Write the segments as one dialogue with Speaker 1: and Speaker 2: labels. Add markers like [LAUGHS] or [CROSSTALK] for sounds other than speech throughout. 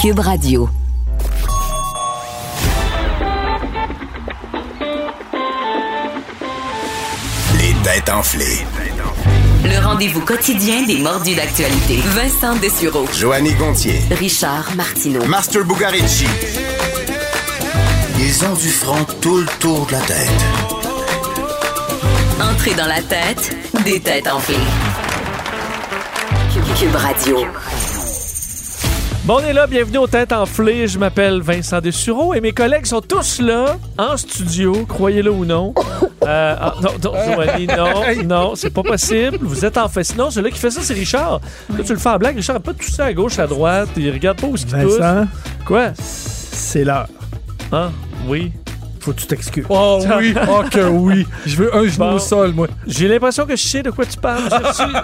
Speaker 1: Cube Radio.
Speaker 2: Les têtes enflées.
Speaker 1: Le rendez-vous quotidien des mordus d'actualité. Vincent Dessureau.
Speaker 2: Joanny Gontier.
Speaker 1: Richard Martineau.
Speaker 2: Master Bugarici. Ils ont du front tout le tour de la tête.
Speaker 1: Entrée dans la tête des têtes enflées. Cube- Cube Radio.
Speaker 3: Bon, on est là, bienvenue aux Têtes Enflées. Je m'appelle Vincent Dessureau et mes collègues sont tous là, en studio, croyez-le ou non. Euh, ah, non, non, Joanie, non, non, c'est pas possible. Vous êtes en fait. Sinon, celui qui fait ça, c'est Richard. Là, tu le fais en blague. Richard n'a pas tout ça à gauche, à droite. Il regarde pas où ce qu'il tousse.
Speaker 4: Vincent,
Speaker 3: Quoi?
Speaker 4: c'est l'heure.
Speaker 3: Hein? Oui.
Speaker 4: Faut que tu t'excuses. [LAUGHS]
Speaker 5: Oh
Speaker 3: [LAUGHS]
Speaker 5: oui, oh que oui. Je veux un genou
Speaker 3: Bon.
Speaker 5: au sol, moi.
Speaker 3: J'ai l'impression que je sais de quoi tu parles. J'ai reçu,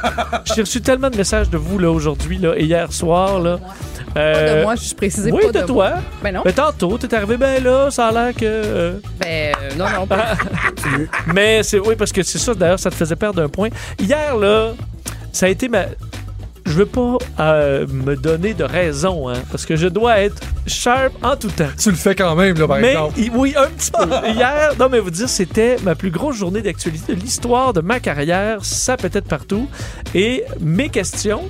Speaker 3: j'ai reçu tellement de messages de vous, là, aujourd'hui, là, et hier soir, là.
Speaker 6: Pas de
Speaker 3: Euh,
Speaker 6: moi, je précisais
Speaker 3: oui,
Speaker 6: pas
Speaker 3: de,
Speaker 6: de
Speaker 3: toi.
Speaker 6: Ben non.
Speaker 3: Mais tantôt, t'es arrivé, ben là, ça a l'air que. euh,
Speaker 6: Ben, euh, non, non, pas.
Speaker 3: Mais c'est oui parce que c'est ça d'ailleurs ça te faisait perdre un point. Hier là, ça a été ma je veux pas euh, me donner de raison hein, parce que je dois être sharp en tout temps.
Speaker 5: Tu le fais quand même, là, par
Speaker 3: Mais
Speaker 5: exemple.
Speaker 3: i- oui, un petit peu. [LAUGHS] Hier, non mais vous dire c'était ma plus grosse journée d'actualité de l'histoire de ma carrière, ça peut-être partout et mes questions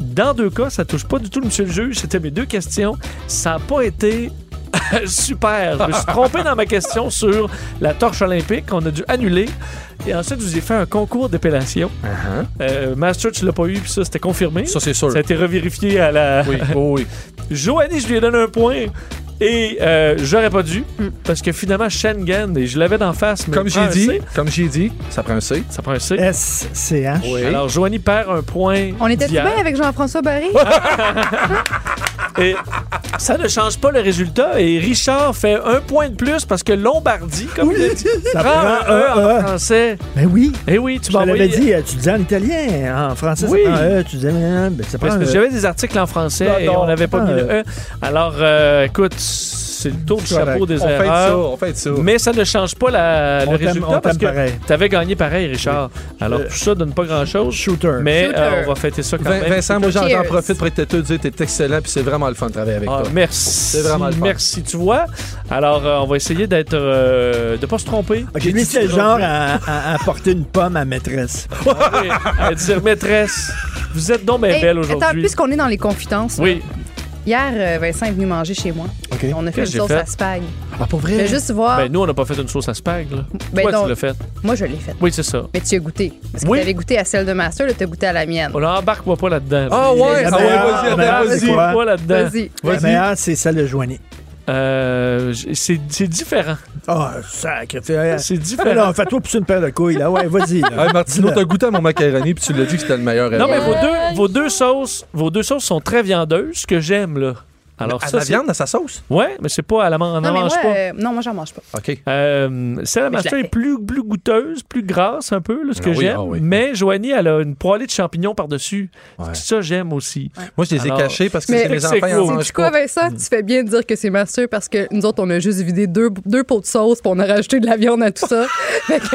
Speaker 3: dans deux cas, ça touche pas du tout le monsieur le juge, c'était mes deux questions, ça n'a pas été [LAUGHS] Super. Je me suis trompé dans ma question sur la torche olympique qu'on a dû annuler. Et ensuite, je vous ai fait un concours d'épellation. Euh, Master, tu l'as pas eu, puis ça, c'était confirmé.
Speaker 5: Ça, c'est sûr.
Speaker 3: Ça a été revérifié à la. [LAUGHS]
Speaker 5: Oui, oh, oui.
Speaker 3: Joanie, je lui ai donné un point. Et euh, j'aurais pas dû, parce que finalement, Schengen, et je l'avais d'en face, mais
Speaker 5: Comme
Speaker 3: il prend
Speaker 5: j'ai
Speaker 3: un
Speaker 5: dit,
Speaker 3: C.
Speaker 5: comme j'ai dit, ça prend un C.
Speaker 3: Ça prend un C.
Speaker 4: S-C-H.
Speaker 3: Alors, Joanie perd un point.
Speaker 6: On était tout
Speaker 3: d'hier.
Speaker 6: bien avec Jean-François Barry?
Speaker 3: Et ça ne change pas le résultat. Et Richard fait un point de plus parce que Lombardie, comme il a dit,
Speaker 4: Ça
Speaker 3: prend un E en
Speaker 4: prend un E.
Speaker 3: français.
Speaker 4: Ben oui.
Speaker 3: Eh oui, tu
Speaker 4: Je
Speaker 3: m'as
Speaker 4: te l'avais
Speaker 3: envoyé.
Speaker 4: dit, euh, tu disais en italien, en français,
Speaker 3: Oui.
Speaker 4: ça prend un E, tu disais, euh, ben, ça prend
Speaker 3: Parce
Speaker 4: un
Speaker 3: que
Speaker 4: E.
Speaker 3: j'avais des articles en français
Speaker 4: Non,
Speaker 3: et
Speaker 4: non,
Speaker 3: on n'avait pas
Speaker 4: pas
Speaker 3: mis le
Speaker 4: un.
Speaker 3: E. Alors, euh, écoute, c'est le tour du
Speaker 5: Correct.
Speaker 3: chapeau des
Speaker 5: on fait ça,
Speaker 3: erreurs.
Speaker 5: on fait ça.
Speaker 3: Mais ça ne change pas la- le
Speaker 4: On t'aime-
Speaker 3: résultat
Speaker 4: on
Speaker 3: parce
Speaker 4: t'aime
Speaker 3: que
Speaker 4: pareil.
Speaker 3: tu avais gagné pareil, Richard. Alors, tout ça donne pas grand-chose.
Speaker 4: Shooter.
Speaker 3: Mais
Speaker 6: Shooter.
Speaker 3: euh, on va fêter ça quand
Speaker 5: Vin-
Speaker 3: même.
Speaker 5: Vincent, moi, j'en j'en
Speaker 6: Cheers.
Speaker 5: profite pour te te dire, t'es excellent, puis c'est vraiment le fun de travailler avec
Speaker 3: Ah,
Speaker 5: toi.
Speaker 3: merci.
Speaker 5: C'est vraiment le fun.
Speaker 3: Merci, tu vois. Alors, euh, on va essayer d'être. euh, de pas se tromper.
Speaker 4: Ok, lui, c'est le genre à, à- à porter une pomme à maîtresse.
Speaker 3: Oui, à
Speaker 4: [LAUGHS]
Speaker 3: dire maîtresse, vous êtes donc bien
Speaker 6: Hey,
Speaker 3: belle
Speaker 6: attends,
Speaker 3: aujourd'hui.
Speaker 6: puisqu'on est dans les confidences,
Speaker 3: Oui,
Speaker 6: hier, euh, Vincent est venu manger chez moi.
Speaker 4: OK.
Speaker 6: On a fait
Speaker 3: Qu'est-ce
Speaker 6: une
Speaker 3: que
Speaker 6: sauce
Speaker 3: j'ai fait?
Speaker 6: à spag.
Speaker 5: Ah, pour
Speaker 6: Je
Speaker 5: vrai?
Speaker 6: veux juste voir.
Speaker 3: ben nous on n'a pas fait une sauce à spag là.
Speaker 6: Ben
Speaker 3: Toi
Speaker 6: non.
Speaker 3: tu l'as faite.
Speaker 6: Moi, je l'ai faite.
Speaker 3: Oui c'est ça.
Speaker 6: Mais tu as goûté. Parce que
Speaker 3: Oui.
Speaker 6: tu avais goûté à celle de Master, là, tu as goûté à la mienne.
Speaker 3: On embarque-moi pas là-dedans.
Speaker 5: Ah, ouais,
Speaker 4: La
Speaker 5: ah, ouais,
Speaker 4: meilleure,
Speaker 5: vas-y,
Speaker 4: la
Speaker 5: attends,
Speaker 4: meilleure,
Speaker 5: vas-y.
Speaker 4: c'est quoi?
Speaker 3: Embarque-moi là-dedans.
Speaker 6: Vas-y.
Speaker 4: La meilleure, ah, c'est celle de Joanie.
Speaker 3: Euh, j- c'est c'est différent.
Speaker 4: Ah, sacré. fait-
Speaker 3: C'est Ah,
Speaker 4: Ah,
Speaker 3: différent.
Speaker 4: non, fais-toi pousser une paire de couilles, là. Ouais, vas-y. là.
Speaker 5: Hey, Martino,
Speaker 4: Dis-le.
Speaker 5: t'as goûté à mon macaroni, puis tu l'as dit que c'était le meilleur.
Speaker 3: Non,
Speaker 5: ever.
Speaker 3: mais vos deux, vos deux sauces, vos deux sauces sont très viandeuses que j'aime là. Alors
Speaker 5: À
Speaker 3: ça
Speaker 5: la
Speaker 3: c'est-
Speaker 5: viande, à sa sauce?
Speaker 3: Ouais, mais c'est pas à la man- on
Speaker 6: Non,
Speaker 3: n'en
Speaker 6: mais
Speaker 3: mange
Speaker 6: moi,
Speaker 3: pas.
Speaker 6: euh, non, moi, j'en mange pas.
Speaker 5: OK.
Speaker 3: Euh, celle à
Speaker 6: Mais je
Speaker 3: Martin
Speaker 6: la
Speaker 3: est
Speaker 6: fais.
Speaker 3: plus, plus goûteuse, plus grasse un peu, là, ce que
Speaker 5: Ah oui,
Speaker 3: j'aime.
Speaker 5: ah oui.
Speaker 3: Mais Joanie, elle a une poêlée de champignons par-dessus.
Speaker 5: Ouais.
Speaker 3: Ça, j'aime aussi.
Speaker 5: Moi, je les ai
Speaker 3: Alors-
Speaker 5: cachés parce que
Speaker 6: Mais-
Speaker 5: c'est mes
Speaker 3: C'est
Speaker 5: enfants, ils
Speaker 3: cool.
Speaker 5: en
Speaker 3: C'est
Speaker 5: mangent
Speaker 6: Tu quoi,
Speaker 5: pas.
Speaker 6: Vincent? Tu fais bien de dire que c'est Master parce que nous autres, on a juste vidé deux, deux pots de sauce puis on a rajouté de la viande à tout ça.
Speaker 3: [LAUGHS]
Speaker 6: Fait que-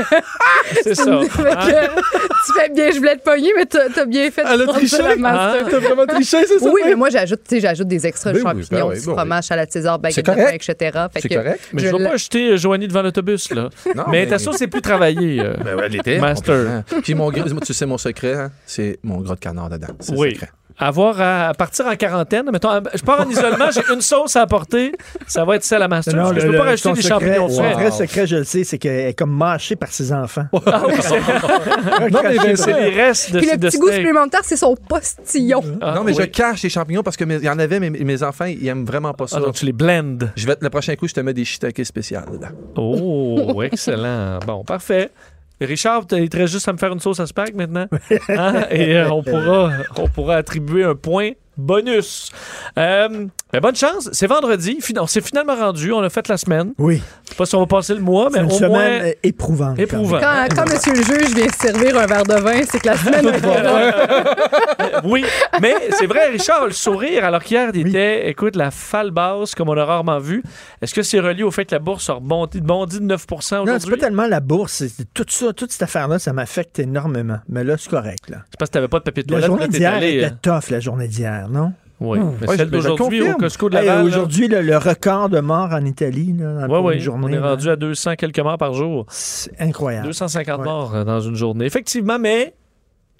Speaker 3: C'est ça.
Speaker 6: Fait que,
Speaker 3: Hein?
Speaker 6: tu fais bien, je voulais te pogner, mais t'as t'as bien fait. de
Speaker 5: Elle a
Speaker 6: prendre
Speaker 5: triché.
Speaker 6: la master.
Speaker 3: Hein?
Speaker 5: T'as vraiment triché, c'est ça?
Speaker 6: Oui, mais moi, j'ajoute, tu sais, j'ajoute des extras de
Speaker 5: Ben oui, ben
Speaker 6: champignons,
Speaker 5: oui,
Speaker 6: du
Speaker 5: ben oui.
Speaker 6: fromage, salade César,
Speaker 5: C'est
Speaker 6: baguette de
Speaker 5: correct.
Speaker 6: pain, etc. Fait
Speaker 5: C'est
Speaker 6: que
Speaker 5: correct.
Speaker 3: Mais je ne vais
Speaker 6: la-
Speaker 3: pas jeter euh, Joanie devant l'autobus, là.
Speaker 5: [LAUGHS] Non,
Speaker 3: mais, ta sauce est plus travaillée. euh.
Speaker 5: [LAUGHS] Ben ouais, elle était.
Speaker 3: Master.
Speaker 5: complètement. Puis mon gros- tu sais mon secret, hein? c'est mon gros de canard dedans. C'est le
Speaker 3: oui.
Speaker 5: secret.
Speaker 3: Avoir à à partir en quarantaine, mettons, à- je pars en isolement, j'ai une sauce à apporter, ça va être celle à ma sauce.
Speaker 4: Non,
Speaker 3: parce que
Speaker 4: le-
Speaker 3: je peux
Speaker 4: le-
Speaker 3: pas rajouter
Speaker 4: ton
Speaker 3: des
Speaker 4: secret-
Speaker 3: champignons
Speaker 4: Son
Speaker 3: frais.
Speaker 4: vrai secret, je le sais, c'est qu'elle est comme mâchée par ses enfants.
Speaker 3: Ah
Speaker 4: [LAUGHS] non,
Speaker 5: mais Vincent,
Speaker 3: C'est les restes de,
Speaker 6: Puis
Speaker 3: ces
Speaker 6: le
Speaker 3: de
Speaker 6: petit goût
Speaker 3: steak.
Speaker 6: supplémentaire, c'est son postillon.
Speaker 3: Ah,
Speaker 5: non, mais je
Speaker 3: oui.
Speaker 5: cache les champignons parce que mes- il y en avait, mais mes, mes enfants, ils aiment vraiment pas ça.
Speaker 3: Ah, donc tu les blends.
Speaker 5: je vais, te- le prochain coup, je te mets des shiitakes spéciales dedans.
Speaker 3: Oh, [LAUGHS] excellent. Bon, parfait. Richard, t'as- il te reste juste à me faire une sauce à spag
Speaker 4: [LAUGHS]
Speaker 3: maintenant. Hein? Et euh, on, pourra, on pourra attribuer un point bonus. Euh, ben, bonne chance. C'est vendredi. Fin- On s'est finalement rendu. On a fait la semaine.
Speaker 4: Oui,
Speaker 3: Je sais pas si on va passer le mois, mais
Speaker 4: c'est une
Speaker 3: au
Speaker 4: semaine
Speaker 3: moins.
Speaker 4: euh, éprouvante.
Speaker 3: Éprouvant.
Speaker 6: Quand, Ah, quand monsieur le juge vient servir un verre de vin, c'est que la semaine va pas bien.
Speaker 3: Oui, mais c'est vrai, Richard, a le sourire, alors qu'hier, il était, écoute, la falle basse, comme on a rarement vu. Est-ce que c'est relié au fait que la bourse a rebondi, bondi de 9
Speaker 4: Non, c'est
Speaker 3: aujourd'hui?
Speaker 4: pas tellement la bourse, c'est- c'est tout ça, toute cette affaire-là, ça m'affecte énormément. Mais là, c'est correct. Là.
Speaker 3: C'est parce que t'avais pas de papier de
Speaker 4: La
Speaker 3: toilette.
Speaker 4: journée
Speaker 3: là, t'es
Speaker 4: d'hier
Speaker 3: allé,
Speaker 4: était Hmm.
Speaker 3: euh,
Speaker 4: tough, la journée d'hier, non?
Speaker 3: Oui. Mais
Speaker 5: Ouais,
Speaker 3: celle
Speaker 5: mais je
Speaker 3: d'aujourd'hui au
Speaker 5: confirme.
Speaker 3: Costco de
Speaker 4: Hey,
Speaker 3: Laval. là,
Speaker 4: Aujourd'hui, le, le record de morts en Italie, là,
Speaker 3: Ouais,
Speaker 4: pour
Speaker 3: ouais,
Speaker 4: une journée.
Speaker 3: on est
Speaker 4: là, Ah.
Speaker 3: rendu à 200 quelques morts par jour.
Speaker 4: C'est incroyable.
Speaker 3: 250
Speaker 4: Ouais.
Speaker 3: morts euh, dans une journée. Effectivement, mais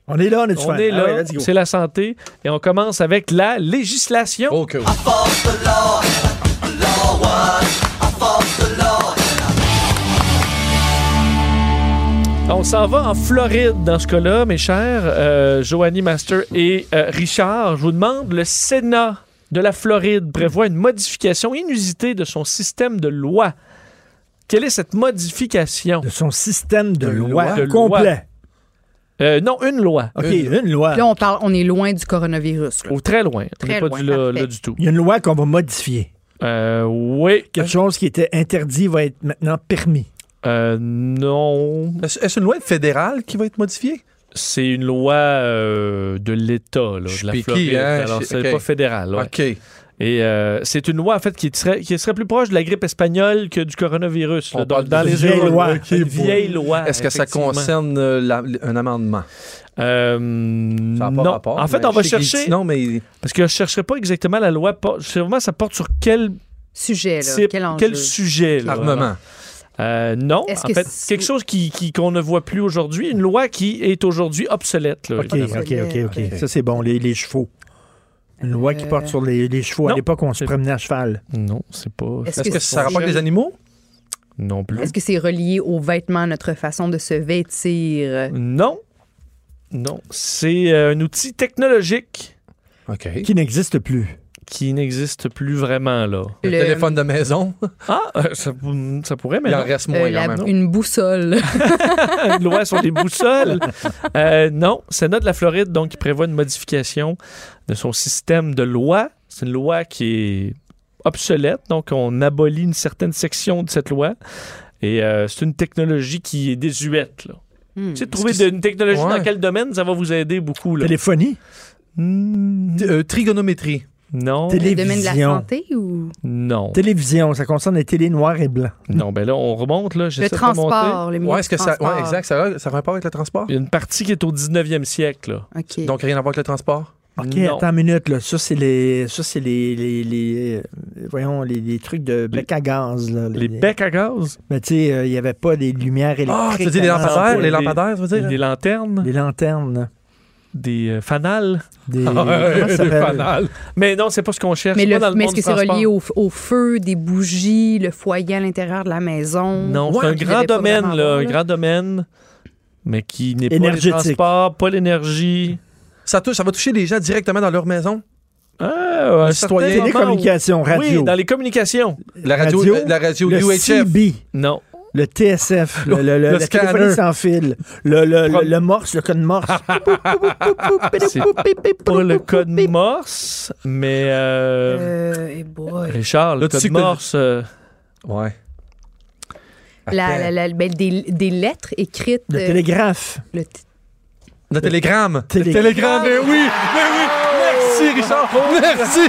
Speaker 4: On est là, on est du
Speaker 3: on
Speaker 4: fun.
Speaker 3: est
Speaker 4: Ah
Speaker 3: là,
Speaker 4: ouais, let's go.
Speaker 3: c'est la santé, et on commence avec la législation.
Speaker 5: Oh, que oui.
Speaker 3: On s'en va en Floride dans ce cas-là, mes chers euh, Joanie Master et euh, Richard. Je vous demande, le Sénat de la Floride prévoit une modification inusitée de son système de loi. Quelle est cette modification?
Speaker 4: De son système de,
Speaker 5: De
Speaker 4: loi,
Speaker 5: loi.
Speaker 3: De
Speaker 4: complet.
Speaker 3: Euh, non, une loi.
Speaker 4: OK, une, loi.
Speaker 6: Puis Là, on, parle, on est loin du coronavirus. là.
Speaker 3: Ou très loin. On
Speaker 6: Très
Speaker 3: n'est pas
Speaker 6: loin,
Speaker 3: du là,
Speaker 6: parfait.
Speaker 3: là du tout.
Speaker 4: Il y a une loi qu'on va modifier.
Speaker 3: Euh, oui.
Speaker 4: Quelque chose qui était interdit va être maintenant permis.
Speaker 3: Euh, non.
Speaker 5: Est-ce est-ce une loi fédérale qui va être modifiée?
Speaker 3: C'est une loi euh, de l'État, là,
Speaker 5: Je
Speaker 3: de
Speaker 5: suis
Speaker 3: la
Speaker 5: piqué,
Speaker 3: Floride.
Speaker 5: hein,
Speaker 3: Alors,
Speaker 5: je-
Speaker 3: c'est
Speaker 5: ok.
Speaker 3: pas fédéral. ouais.
Speaker 5: OK.
Speaker 3: Et euh, c'est une loi, en fait, qui serait, qui serait plus proche de la grippe espagnole que du coronavirus. là,
Speaker 5: On
Speaker 3: dans
Speaker 5: parle
Speaker 3: dans
Speaker 5: d'une
Speaker 3: les
Speaker 4: vieille
Speaker 3: urnes.
Speaker 4: loi.
Speaker 3: Une vieille loi.
Speaker 5: Est-ce que ça
Speaker 3: effectivement.
Speaker 5: concerne euh, la- un amendement?
Speaker 3: Euh,
Speaker 5: Ça n'a pas
Speaker 3: non.
Speaker 5: rapport,
Speaker 3: en fait,
Speaker 5: mais
Speaker 3: on
Speaker 5: je
Speaker 3: va
Speaker 5: sais qu'il
Speaker 3: chercher.
Speaker 5: dit Non, mais
Speaker 3: Parce que je ne chercherai pas exactement la loi. por- Sûrement, ça porte sur quel
Speaker 6: Sujet, là.
Speaker 3: type,
Speaker 6: Quel enjeu.
Speaker 3: sujet. là,
Speaker 5: l'armement.
Speaker 3: Euh, non,
Speaker 6: Est-ce
Speaker 3: en
Speaker 6: que
Speaker 3: fait,
Speaker 6: c'est-
Speaker 3: quelque chose qui, qui- qu'on ne voit plus aujourd'hui, une loi qui est aujourd'hui obsolète. là,
Speaker 4: OK,
Speaker 3: évidemment.
Speaker 4: OK, OK, OK. Ça, c'est bon, les, les chevaux. Une loi qui
Speaker 6: Euh,
Speaker 4: porte sur les, les chevaux.
Speaker 3: non.
Speaker 4: À l'époque, on se
Speaker 3: C'est-
Speaker 4: promenait à cheval.
Speaker 3: Non, c'est pas
Speaker 6: Est-ce
Speaker 5: Est-ce que
Speaker 6: c'est-
Speaker 5: ça rapporte les animaux?
Speaker 3: non plus.
Speaker 6: Est-ce que c'est relié aux vêtements, notre façon de se vêtir? euh,
Speaker 3: Non, non, c'est euh, un outil technologique
Speaker 5: OK.
Speaker 4: Qui n'existe plus.
Speaker 3: qui n'existe plus vraiment là.
Speaker 5: Le,
Speaker 6: Le-
Speaker 5: téléphone de maison,
Speaker 3: Ah, euh, ça, ça pourrait, mais
Speaker 5: il en
Speaker 3: non.
Speaker 5: reste
Speaker 6: Euh,
Speaker 5: moins
Speaker 6: la-
Speaker 5: quand même.
Speaker 6: une boussole.
Speaker 3: une loi sur les boussoles. Euh, non, Sénat de la Floride, donc, qui prévoit une modification de son système de loi. C'est une loi qui est obsolète, donc on abolit une certaine section de cette loi. Et euh, c'est une technologie qui est désuète. Là.
Speaker 6: Hmm.
Speaker 3: Tu sais, trouver de- une technologie
Speaker 5: Ouais.
Speaker 3: dans quel domaine, ça va vous aider beaucoup. Là.
Speaker 4: Téléphonie,
Speaker 3: Hmm,
Speaker 5: T- euh, trigonométrie.
Speaker 3: non,
Speaker 4: Télé-
Speaker 6: Le domaine de la
Speaker 4: Télévision.
Speaker 6: santé ou
Speaker 3: non,
Speaker 4: télévision, ça concerne les télé noires et blancs.
Speaker 3: non. Ben là, on remonte. Là,
Speaker 6: le
Speaker 3: j'essaie de remonter.
Speaker 6: transport? Le milieu
Speaker 5: Ouais, est-ce
Speaker 6: du
Speaker 5: que ça.
Speaker 6: transport.
Speaker 5: Ouais, exact. Ça a, ça a un rapport avec le transport?
Speaker 3: Il y a une partie qui est au 19e siècle. Là.
Speaker 6: OK.
Speaker 5: Donc, rien à voir avec le transport?
Speaker 4: OK,
Speaker 3: Non.
Speaker 4: attends une minute. Là. Ça, c'est les, ça, c'est les, les, les, euh, voyons, les, les trucs de bec à gaz. Là,
Speaker 3: Les becs à gaz,
Speaker 4: Mais tu sais, euh, il n'y avait pas des lumières électriques.
Speaker 5: Ah, tu veux dire les
Speaker 4: dans
Speaker 5: lampadaires?
Speaker 3: les-
Speaker 5: Les lampadaires, tu veux dire?
Speaker 3: des lanternes,
Speaker 4: Les lanternes.
Speaker 3: des euh, fanales.
Speaker 4: Des,
Speaker 5: Ah,
Speaker 4: comment ça
Speaker 5: des
Speaker 4: s'appelle?
Speaker 5: fanales.
Speaker 3: Mais non, c'est pas ce qu'on cherche.
Speaker 6: Mais,
Speaker 3: pas
Speaker 6: le-
Speaker 3: dans le
Speaker 6: mais
Speaker 3: monde
Speaker 6: est-ce que
Speaker 3: du
Speaker 6: c'est
Speaker 3: transport.
Speaker 6: relié au, f- au feu, des bougies, le foyer à l'intérieur de la maison?
Speaker 3: Non,
Speaker 6: Ouais,
Speaker 3: c'est un
Speaker 6: qui
Speaker 3: grand
Speaker 6: devait pas
Speaker 3: domaine,
Speaker 6: vraiment
Speaker 3: là,
Speaker 6: avoir,
Speaker 3: un grand domaine, mais qui n'est pas le
Speaker 4: Énergétique.
Speaker 3: transport, pas l'énergie.
Speaker 5: Ça, touche- ça va toucher les gens directement dans leur maison.
Speaker 3: Ah, un
Speaker 5: citoyen.
Speaker 3: certain moment
Speaker 4: Télécommunications,
Speaker 3: où-
Speaker 4: radio.
Speaker 3: Oui, dans les communications.
Speaker 5: La radio, euh,
Speaker 4: Radio,
Speaker 5: la, la radio
Speaker 4: le
Speaker 5: UHF.
Speaker 4: CB,
Speaker 3: Non.
Speaker 4: le TSF, le, le, le,
Speaker 5: Le
Speaker 4: la téléphonie
Speaker 5: scanner.
Speaker 4: sans fil, le, le, le, le morse, le code morse.
Speaker 5: Ah.
Speaker 3: C'est pas le code morse, mais.
Speaker 6: là.
Speaker 3: euh,
Speaker 6: Euh, eh
Speaker 3: [LAUGHS]
Speaker 6: boy.
Speaker 3: Richard, le
Speaker 5: Là, tu sais
Speaker 3: code
Speaker 5: que-
Speaker 3: morse. euh,
Speaker 5: Ouais.
Speaker 6: La-
Speaker 5: Attends.
Speaker 6: la- la- ben, des, des lettres écrites.
Speaker 4: le
Speaker 6: euh,
Speaker 4: télégraphe.
Speaker 6: le t-
Speaker 5: Le télégramme.
Speaker 4: Télé-
Speaker 5: Le télégramme, mais oui, mais oui. Merci, Richard. Merci.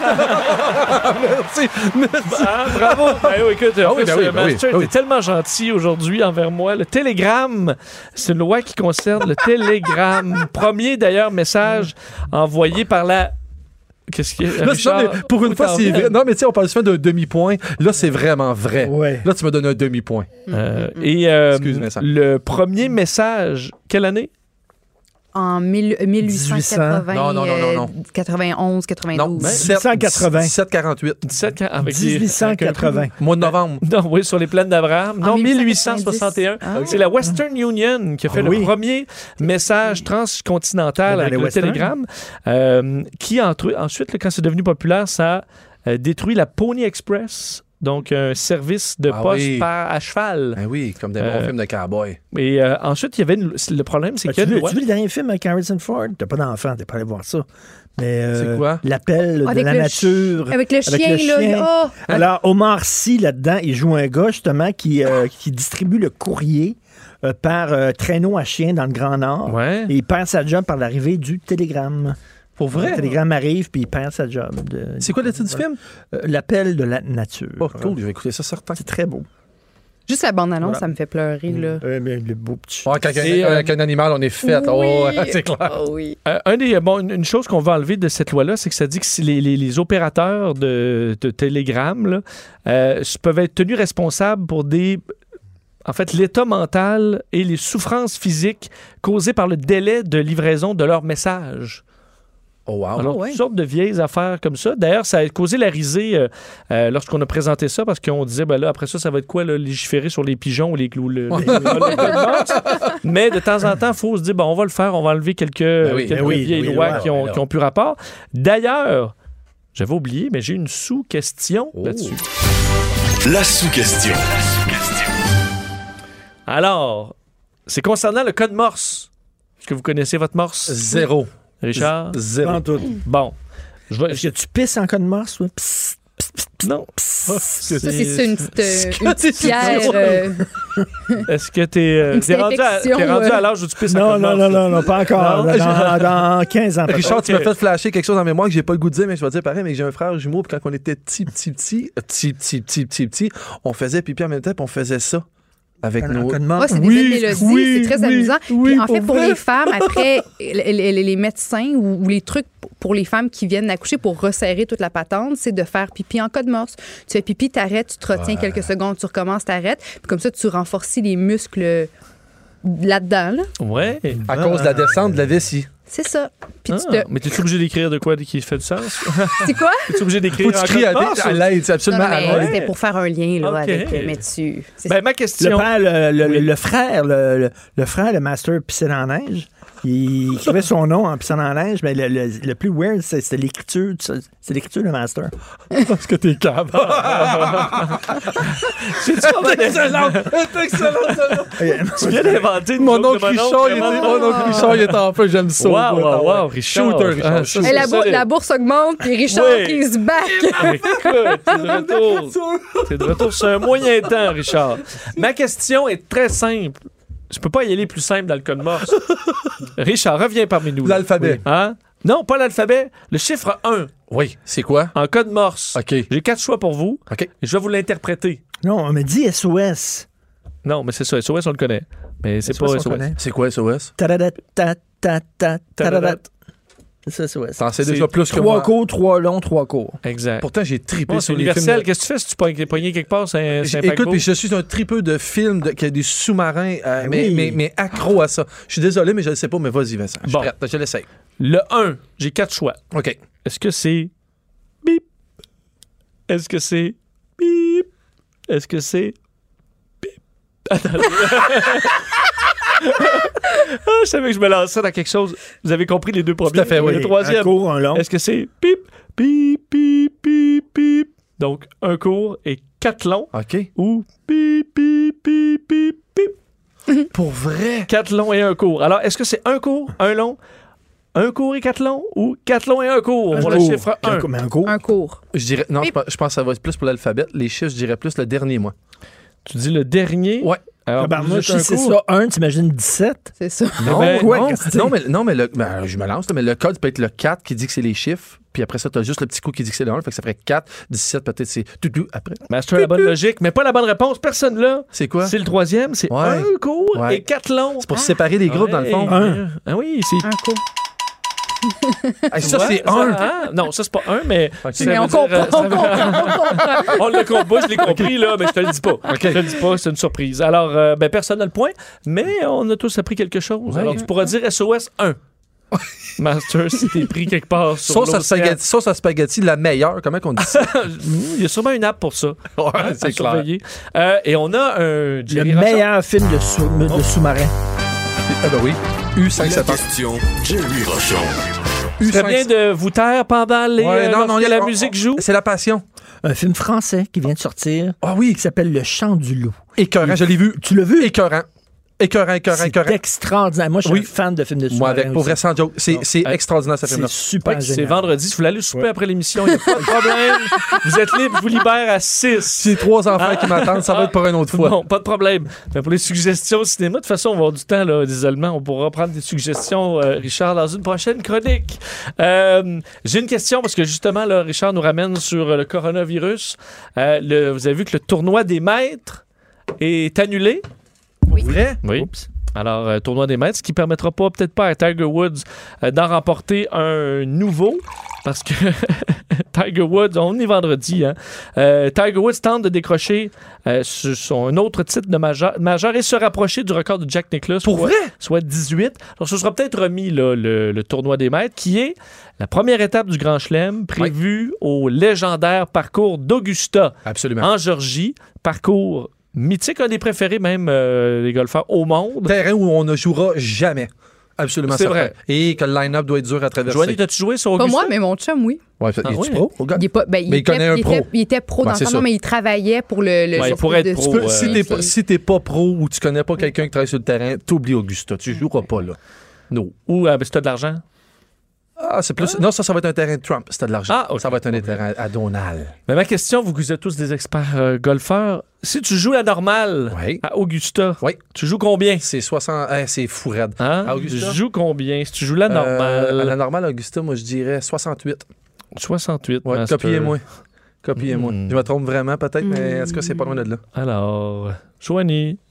Speaker 5: Merci. Merci.
Speaker 3: Ah, bravo! Ben oui, écoute, en
Speaker 5: Ah oui,
Speaker 3: plus,
Speaker 5: ben oui,
Speaker 3: euh,
Speaker 5: ben oui,
Speaker 3: Master
Speaker 5: ben oui.
Speaker 3: était tellement gentil aujourd'hui envers moi. Le télégramme, c'est une loi qui concerne le
Speaker 5: [LAUGHS]
Speaker 3: télégramme. Premier, d'ailleurs, message envoyé par la... Qu'est-ce qu'il y a,
Speaker 5: Là,
Speaker 3: Richard?
Speaker 5: non, mais pour une
Speaker 3: Où
Speaker 5: fois,
Speaker 3: t'en
Speaker 5: c'est
Speaker 3: viens?
Speaker 5: vrai. Non, mais tu sais, on parle souvent d'un demi-point. Là, c'est vraiment vrai.
Speaker 4: Ouais.
Speaker 5: Là, tu me donnes un demi-point.
Speaker 3: Euh, et euh,
Speaker 5: Excuse, Vincent.
Speaker 3: le premier message, quelle année?
Speaker 6: en mille- 1880,
Speaker 5: Non, non, non, non, non.
Speaker 6: euh, 91, 92.
Speaker 4: 1780.
Speaker 5: 1748.
Speaker 3: 17 quand- avec les- avec un-
Speaker 4: 1880.
Speaker 5: Mois de novembre.
Speaker 3: Non, oui, sur les plaines d'Abraham.
Speaker 6: En
Speaker 3: Non, 1861.
Speaker 6: 1890. Ah.
Speaker 3: C'est la Western Union qui a fait
Speaker 4: Ah oui.
Speaker 3: le premier message transcontinental
Speaker 4: Dans
Speaker 3: avec
Speaker 4: les
Speaker 3: le
Speaker 4: Western.
Speaker 3: télégramme, euh, qui entre- ensuite, là, quand c'est devenu populaire, ça a euh, détruit la Pony Express, donc un service de
Speaker 5: Ah
Speaker 3: poste
Speaker 5: oui.
Speaker 3: par, à cheval.
Speaker 5: Ben oui, comme des
Speaker 3: Euh,
Speaker 5: bons films de cowboy.
Speaker 3: Et euh, ensuite, il y avait une- le problème, c'est
Speaker 4: Ben,
Speaker 3: que...
Speaker 4: tu, veux, tu veux le dernier film avec Harrison Ford? T'as pas d'enfant, t'es pas allé voir ça. Mais euh,
Speaker 5: C'est quoi?
Speaker 4: L'appel de
Speaker 6: Ah, Avec
Speaker 4: la
Speaker 6: le chi-
Speaker 4: nature.
Speaker 6: avec le chien, là, il y a- Ah!
Speaker 4: Alors, Omar Sy, là-dedans, il joue un gars, justement, qui, euh, qui distribue le courrier euh, par euh, traîneau à chien dans le Grand Nord.
Speaker 3: Ouais.
Speaker 4: Et il perd sa job par l'arrivée du télégramme.
Speaker 5: Pour
Speaker 4: Le télégramme arrive, puis il perd sa job. de-
Speaker 5: C'est quoi le titre du film?
Speaker 4: Euh, L'appel de la nature.
Speaker 5: Oh, cool, je vais écouter ça certain.
Speaker 4: C'est très beau.
Speaker 6: Juste la bande-annonce, ça me fait pleurer, là.
Speaker 4: Euh, mais le beau petit.
Speaker 5: Ouais, quand il
Speaker 3: Et,
Speaker 5: y a-
Speaker 3: euh,
Speaker 5: avec un animal, on est fait. Oh,
Speaker 6: Oui.
Speaker 5: [LAUGHS] c'est clair.
Speaker 6: Ah oui.
Speaker 3: Euh, un des, bon, une- une chose qu'on va enlever de cette loi-là, c'est que ça dit que si les, les- les opérateurs de, de Telegram là, euh, s- peuvent être tenus responsables pour des. En fait, l'état mental et les souffrances physiques causées par le délai de livraison de leurs messages.
Speaker 5: Oh, wow.
Speaker 3: Alors,
Speaker 6: ouais.
Speaker 3: toutes sortes de vieilles affaires comme ça. D'ailleurs, ça a causé la risée euh, euh, lorsqu'on a présenté ça parce qu'on disait, ben là, après ça, ça va être quoi, là, légiférer sur les pigeons ou les clous? le- le- le- code morse. Mais de temps en temps, il faut se dire, bon, on va le faire, on va enlever quelques,
Speaker 5: oui,
Speaker 3: quelques
Speaker 4: ben oui,
Speaker 3: vieilles
Speaker 4: oui,
Speaker 3: lois
Speaker 4: ouais,
Speaker 3: qui, ont,
Speaker 5: ouais,
Speaker 3: qui ont plus rapport. D'ailleurs, j'avais oublié, mais j'ai une sous-question
Speaker 5: Oh.
Speaker 3: là-dessus.
Speaker 2: La sous-question.
Speaker 3: Alors, c'est concernant le code morse. Est-ce que vous connaissez votre morse,
Speaker 5: Zéro.
Speaker 3: Richard?
Speaker 5: Zéro.
Speaker 4: Pas en tout.
Speaker 3: Bon. Je vais-
Speaker 4: Est-ce que tu pisses en cas de morse? toi? Psst.
Speaker 3: Non.
Speaker 6: Ça, c'est ça,
Speaker 3: [LAUGHS]
Speaker 6: une petite, euh, une
Speaker 5: C'est-
Speaker 6: petite pierre. euh,
Speaker 3: Est-ce que t'es euh,
Speaker 6: Une
Speaker 3: t'es rendu, à-
Speaker 6: infection,
Speaker 3: t'es rendu
Speaker 6: euh.
Speaker 3: à l'âge où tu pisses en
Speaker 4: Non,
Speaker 3: code
Speaker 4: non,
Speaker 3: morse,
Speaker 4: non,
Speaker 3: là?
Speaker 4: non, non, pas encore.
Speaker 3: Non.
Speaker 4: [LAUGHS] Dans, dans 15 ans. peut-être.
Speaker 5: Ah, Richard, tu
Speaker 3: Ok.
Speaker 5: m'as fait flasher quelque chose en mémoire que j'ai pas le goût de dire, mais je vais dire pareil, mais que j'ai un frère jumeau, puis quand on était petit, petit, petit, euh, petit, petit, petit, petit, petit, on faisait pipi en même temps, puis on faisait ça avec
Speaker 4: En
Speaker 5: nos...
Speaker 4: cas de morse.
Speaker 6: Moi, c'est des
Speaker 5: Ah, Oui,
Speaker 6: belles mélodies,
Speaker 5: oui,
Speaker 6: c'est très
Speaker 5: oui,
Speaker 6: amusant.
Speaker 5: oui,
Speaker 6: Puis en fait,
Speaker 5: pour
Speaker 6: pour
Speaker 5: vrai.
Speaker 6: les
Speaker 5: [LAUGHS]
Speaker 6: femmes, après, les, les- les médecins ou, ou les trucs pour- pour les femmes qui viennent accoucher pour resserrer toute la patente, c'est de faire pipi en cas de morse. Tu fais pipi, t'arrêtes, tu te retiens quelques secondes, tu recommences, t'arrêtes. Puis comme ça, tu renforces les muscles là-dedans, là.
Speaker 3: Ouais.
Speaker 5: à cause de la descente de la vessie.
Speaker 6: C'est ça. Puis
Speaker 3: Ah,
Speaker 6: tu te...
Speaker 3: Mais t'es-tu obligé d'écrire de quoi qui fait du sens?
Speaker 5: Ah.
Speaker 6: C'est quoi?
Speaker 3: T'es-tu obligé d'écrire
Speaker 5: Faut que
Speaker 3: en
Speaker 5: tu cries à,
Speaker 3: code morse,
Speaker 5: à
Speaker 3: ou-
Speaker 5: l'aide, c'est
Speaker 6: Non,
Speaker 5: absolument
Speaker 6: non,
Speaker 5: à
Speaker 3: [LAUGHS]
Speaker 6: mais
Speaker 5: l'aide.
Speaker 6: c'était pour faire un lien, là,
Speaker 3: Ok.
Speaker 6: avec... euh, Mais tu... c'est-
Speaker 3: Ben, ma [LAUGHS]
Speaker 4: Le
Speaker 3: question...
Speaker 4: père, le, le- le- le frère, le, le- le frère, le master pissait dans la neige. Il écrivait son nom en pissant dans la neige, mais le, le- le plus weird, c'est- c'était l'écriture. de ça. C'est l'écriture,
Speaker 3: [LAUGHS]
Speaker 4: le master.
Speaker 3: Est-ce que t'es capable?
Speaker 5: Excellent! Excellent!
Speaker 4: Euh,
Speaker 3: Tu viens d'inventer une
Speaker 5: Mon
Speaker 3: joke
Speaker 5: oncle
Speaker 3: de
Speaker 5: Richard, il
Speaker 3: vraiment.
Speaker 5: est, mon oncle Richard, il est en feu, j'aime ça.
Speaker 3: Wow, wow, wow, Richard.
Speaker 5: Shooter, hein,
Speaker 3: Ah,
Speaker 5: Richard.
Speaker 3: ça,
Speaker 5: shooter.
Speaker 6: Eh, la, bou-
Speaker 3: solide.
Speaker 6: la bourse augmente, puis Richard
Speaker 3: Ouais.
Speaker 6: qui se bat.
Speaker 3: [LAUGHS] Écoute, T'es de retour. T'es de retour sur un moyen temps, Richard. Ma question est très simple. Je peux pas y aller plus simple dans le code
Speaker 5: [LAUGHS]
Speaker 3: morse. Richard, reviens parmi nous. là.
Speaker 5: L'alphabet.
Speaker 3: Hein? Non, pas l'alphabet. Le chiffre 1
Speaker 5: Oui, c'est quoi?
Speaker 3: en code morse.
Speaker 5: OK.
Speaker 3: J'ai quatre choix pour vous.
Speaker 5: OK.
Speaker 3: Et je vais vous l'interpréter.
Speaker 4: Non, on me dit SOS.
Speaker 3: Non, mais c'est ça. SOS, on le connaît. Mais c'est pas
Speaker 4: on
Speaker 3: SOS.
Speaker 4: connaît.
Speaker 5: C'est quoi SOS?
Speaker 4: Taradat, ta, ta, ta, taradat.
Speaker 3: Taradat.
Speaker 4: C'est SOS.
Speaker 5: T'en sais
Speaker 3: C'est
Speaker 5: déjà plus que
Speaker 4: Trois
Speaker 5: moi.
Speaker 4: courts, trois longs, trois courts.
Speaker 3: Exact.
Speaker 5: Pourtant, j'ai tripé
Speaker 3: Bon, c'est
Speaker 5: sur les films.
Speaker 3: universel.
Speaker 5: de-
Speaker 3: Qu'est-ce que tu fais si tu pognes- t'es pogné quelque part? C'est un, c'est un
Speaker 5: Écoute,
Speaker 3: paquebot?
Speaker 5: puis je suis un tripeux de films de, qui a des sous-marins, euh, mais,
Speaker 4: oui.
Speaker 5: mais, mais accro à ça. Je suis désolé, mais je ne sais pas, mais vas-y, Vincent. Je suis
Speaker 3: Bon.
Speaker 5: prête. Je l'essaye.
Speaker 3: Le 1, j'ai quatre choix.
Speaker 5: OK.
Speaker 3: Est-ce que c'est bip? Est-ce que c'est bip? Est-ce que c'est bip?
Speaker 5: [LAUGHS]
Speaker 3: Attends. Ah, je savais que je me lançais dans quelque chose. Vous avez compris les deux premiers.
Speaker 5: à fait, oui.
Speaker 3: Le
Speaker 4: Un
Speaker 3: troisième.
Speaker 4: court, un long.
Speaker 3: Est-ce que c'est pip, pip, pip, pip, pip? Donc, un court et quatre longs.
Speaker 5: OK.
Speaker 3: Ou pip, pip, pip, pip, pip.
Speaker 5: Pour vrai?
Speaker 3: Quatre longs et un court. Alors, est-ce que c'est un court, un long, un court et quatre longs ou quatre longs et un court? Pour le
Speaker 4: court.
Speaker 3: chiffre 1.
Speaker 4: court, mais un court.
Speaker 6: Un cours.
Speaker 5: Je dirais, non,
Speaker 6: Oui.
Speaker 5: je pense, je pense que ça va être plus pour l'alphabet. Les chiffres, je dirais plus le dernier, moi.
Speaker 3: Tu dis le dernier?
Speaker 5: Ouais. Ben,
Speaker 3: Alors,
Speaker 4: Tabarnouche,
Speaker 3: vous êtes un
Speaker 4: si c'est
Speaker 3: cours.
Speaker 4: ça, un, t'imagines 17?
Speaker 6: C'est ça.
Speaker 5: Non,
Speaker 3: ben,
Speaker 5: non,
Speaker 4: ouais, qu'est-ce que
Speaker 5: non, mais, non, mais le, ben, je me lance, là, mais le code peut être le 4 qui dit que c'est les chiffres, puis après ça, tu as juste le petit coup qui dit que c'est le 1, fait que ça ferait 4, 17, peut-être c'est tout, tout après.
Speaker 3: Master, Ben, la bonne logique, mais pas la bonne réponse. Personne là.
Speaker 5: C'est quoi?
Speaker 3: C'est le troisième, c'est
Speaker 5: Ouais.
Speaker 3: un court
Speaker 5: Ouais.
Speaker 3: et quatre longs.
Speaker 5: C'est pour séparer les groupes, dans le fond.
Speaker 3: Un. Ah oui, c'est.
Speaker 6: Un cours.
Speaker 5: Hey, ça, c'est
Speaker 3: un.
Speaker 5: 1.
Speaker 3: Non, ça, hein? c'est pas un, mais. ça
Speaker 6: Mais
Speaker 3: veut
Speaker 6: on
Speaker 3: dire, euh,
Speaker 6: comprend,
Speaker 3: ça
Speaker 6: on
Speaker 3: veut-
Speaker 6: comprend, on comprend.
Speaker 3: [LAUGHS] On le comprend, je l'ai compris, là, mais je te le dis pas. Je te le dis pas, c'est une surprise. Alors, euh, ben, personne n'a le point, mais on a tous appris quelque chose. Alors, tu pourras dire SOS 1. [LAUGHS] Master, si t'es pris quelque part sur
Speaker 5: Sauce à,
Speaker 3: l'océan.
Speaker 5: spaghetti, sauce à spaghetti, la meilleure, comment qu'on dit ça? [LAUGHS]
Speaker 3: Hmm, Il y a sûrement une app pour ça. [LAUGHS] Hein,
Speaker 5: Ouais,
Speaker 3: à surveiller. Euh, et on a un
Speaker 4: Le
Speaker 3: Jerry Rachel.
Speaker 4: meilleur film de, sous- de sous-marin.
Speaker 5: Ah ben oui.
Speaker 2: La
Speaker 5: U570.
Speaker 2: question Jerry Rochon.
Speaker 5: U570.
Speaker 3: Très bien de vous taire pendant les,
Speaker 5: Ouais,
Speaker 3: euh,
Speaker 5: non, non,
Speaker 3: lorsque
Speaker 5: il y a-
Speaker 3: la
Speaker 5: on-
Speaker 3: musique
Speaker 5: on-
Speaker 3: joue.
Speaker 5: C'est la passion.
Speaker 4: Un film français qui vient de sortir,
Speaker 5: Ah oui,
Speaker 4: qui s'appelle Le Chant du loup.
Speaker 5: écœurant, je l'ai vu.
Speaker 4: Tu l'as vu?
Speaker 5: Écœurant. Écœurant, écœurant,
Speaker 4: C'est
Speaker 5: écœurant.
Speaker 4: extraordinaire. Moi, je suis
Speaker 5: Oui.
Speaker 4: un fan de films de
Speaker 5: Moi,
Speaker 4: sous-marins.
Speaker 5: avec, pour
Speaker 4: aussi.
Speaker 5: vrai, sans joke. C'est c'est extraordinaire, ce film-là.
Speaker 4: C'est super
Speaker 3: C'est
Speaker 4: génial.
Speaker 3: vendredi, si vous voulez aller souper après l'émission, il n'y a pas de problème. vous êtes libre, je vous libère à 6.
Speaker 5: J'ai trois enfants qui m'attendent, ça va être pour une autre fois.
Speaker 3: Bon, pas de problème. Mais pour les suggestions au cinéma, de toute façon, on va avoir du temps là, d'isolement. On pourra prendre des suggestions, euh, Richard, dans une prochaine chronique. Euh, J'ai une question parce que justement, là, Richard nous ramène sur euh, le coronavirus. Euh, le- vous avez vu que le tournoi des maîtres est annulé.
Speaker 6: Oui.
Speaker 3: Vrai? Oui.
Speaker 7: Oups.
Speaker 3: Alors, euh, tournoi des maîtres, ce qui permettra pas, peut-être pas à Tiger Woods euh, d'en remporter un nouveau, parce que [LAUGHS] Tiger Woods, on est vendredi, hein, euh, Tiger Woods tente de décrocher euh, sur son autre titre de majeur, majeur et se rapprocher du record de Jack Nicklaus. Pour soit, soit 18. Alors, ce sera peut-être remis, là, le, le tournoi des maîtres, qui est la première étape du Grand Chelem, prévue au légendaire parcours d'Augusta
Speaker 5: Absolument.
Speaker 3: en Georgie. Parcours mythique, un des préférés même euh, des golfeurs au monde.
Speaker 5: Terrain où on ne jouera jamais. Absolument
Speaker 3: C'est
Speaker 5: certain.
Speaker 3: vrai.
Speaker 5: Et que le line-up doit être dur à traverser.
Speaker 3: Joanie, t'as-tu joué sur
Speaker 6: Pas
Speaker 3: Augusta?
Speaker 6: moi, mais mon chum, oui.
Speaker 5: Ouais, fait-
Speaker 3: Ah
Speaker 5: es-tu
Speaker 3: oui.
Speaker 5: pro? au gars?
Speaker 6: Il est pas. ben, il,
Speaker 5: Mais il
Speaker 6: était,
Speaker 5: connaît un
Speaker 6: il
Speaker 5: pro.
Speaker 6: était- il était pro
Speaker 5: Ouais,
Speaker 6: dans
Speaker 5: c'est
Speaker 6: le
Speaker 5: ça.
Speaker 6: temps, mais il travaillait pour le. le
Speaker 3: Ouais, il
Speaker 6: l'espèce
Speaker 3: pourrait être
Speaker 6: de
Speaker 3: pro,
Speaker 5: Tu
Speaker 6: sport,
Speaker 5: peux- si
Speaker 6: puis-
Speaker 5: t'es pas, si t'es pas pro ou tu connais pas quelqu'un qui travaille sur le terrain, t'oublies Augusta. Tu joueras pas là. Non.
Speaker 3: Ou euh, ben, si t'as de l'argent?
Speaker 5: Ah, c'est plus. Non, ça, ça va être un terrain de Trump. C'est de l'argent.
Speaker 3: Ah, ok.
Speaker 5: Ça va être un terrain à Donald.
Speaker 3: Mais ma question, vous que vous êtes tous des experts euh, golfeurs, si tu joues la normale
Speaker 5: Oui.
Speaker 3: à Augusta,
Speaker 5: Oui.
Speaker 3: tu joues combien?
Speaker 5: C'est 60. eh, c'est fou, raide.
Speaker 3: Hein?
Speaker 5: À
Speaker 3: tu
Speaker 5: Augusta?
Speaker 3: joues combien? Si tu joues la
Speaker 5: Euh, à la
Speaker 3: normale,
Speaker 5: normale, Augusta, moi, je dirais 68.
Speaker 3: 68.
Speaker 5: Ouais,
Speaker 3: master.
Speaker 5: copiez-moi. Copiez-moi.
Speaker 3: Mm.
Speaker 5: Je me trompe vraiment, peut-être, mais
Speaker 6: Hmm.
Speaker 5: en tout cas, c'est pas loin de là.
Speaker 3: Alors, Joanie. [LAUGHS]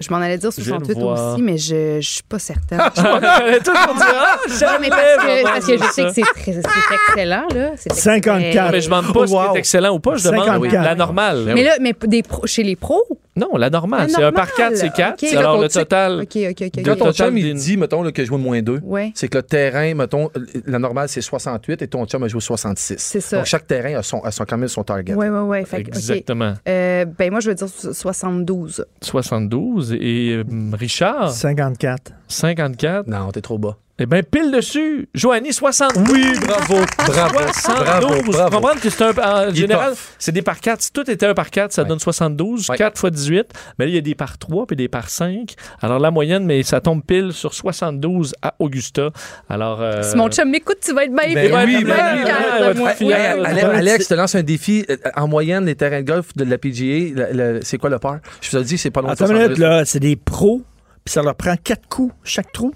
Speaker 6: Je m'en allais dire
Speaker 3: Je viens de
Speaker 6: 68
Speaker 3: voir.
Speaker 6: aussi, mais je, je suis
Speaker 3: [LAUGHS]
Speaker 6: pas certaine.
Speaker 3: Tout pour dire, ah,
Speaker 6: Non, mais parce que,
Speaker 3: j'aimerais
Speaker 6: parce que je
Speaker 3: vraiment
Speaker 6: sais que
Speaker 3: ça.
Speaker 6: c'est très- c'est excellent, là. C'est excellent.
Speaker 4: 54.
Speaker 3: Mais je demande pas si
Speaker 5: Wow.
Speaker 3: c'est excellent ou pas, je demande
Speaker 4: 54.
Speaker 3: la normale.
Speaker 6: Mais là, mais des pros- chez les pros,
Speaker 3: non, la normale.
Speaker 6: La
Speaker 3: c'est un par
Speaker 6: normale.
Speaker 3: 4, c'est 4.
Speaker 6: Ok.
Speaker 3: Alors, le
Speaker 6: Quand on
Speaker 3: total.
Speaker 6: OK, OK, OK.
Speaker 5: Quand
Speaker 3: Quand
Speaker 6: ok.
Speaker 5: ton
Speaker 3: ton
Speaker 5: chum,
Speaker 3: chum,
Speaker 5: il
Speaker 3: dit-
Speaker 5: dit, mettons, là, que je joue moins 2,
Speaker 6: Ouais.
Speaker 5: c'est que le terrain, mettons, la normale, c'est 68 et ton chum a joué 66.
Speaker 6: C'est ça.
Speaker 5: Donc, chaque terrain a, son, a son, quand même son target.
Speaker 6: Ouais, ouais, ouais. Fait que, OK.
Speaker 3: Exactement.
Speaker 6: Euh, ben, moi, je veux dire so- 72.
Speaker 3: 72. Et euh, Richard,
Speaker 4: 54.
Speaker 3: 54.
Speaker 5: Non, t'es trop bas.
Speaker 3: Eh bien, pile dessus. Joanie, 72.
Speaker 5: Oui, bravo, bravo,
Speaker 3: 72.
Speaker 5: bravo,
Speaker 3: Vous
Speaker 5: bravo.
Speaker 3: comprenez que c'est un. En
Speaker 5: Il est
Speaker 3: général,
Speaker 5: tough.
Speaker 3: c'est des par 4. Si tout était un par 4, ça
Speaker 5: Ouais.
Speaker 3: donne 72.
Speaker 5: Ouais.
Speaker 3: 4 fois 18. Mais là, il y a des par 3 puis des par 5. Alors, la moyenne, mais ça tombe pile sur 72 à Augusta. Alors. euh, eh
Speaker 6: Si mon chum m'écoute, tu vas être bien
Speaker 5: Ben
Speaker 6: fier
Speaker 5: oui,
Speaker 6: de moi.
Speaker 5: ben
Speaker 3: ben
Speaker 5: oui,
Speaker 3: oui,
Speaker 6: Moi,
Speaker 3: votre
Speaker 5: Hey,
Speaker 3: fière.
Speaker 6: oui.
Speaker 5: hey, Alex, Alex, je te lance un défi. Euh, En moyenne, les terrains de golf de la PGA, le- le- c'est quoi le par? Je vous ai dit, c'est pas loin de
Speaker 4: Attends une
Speaker 5: 70.
Speaker 4: minute, là, c'est des pros, puis ça leur prend quatre coups chaque trou.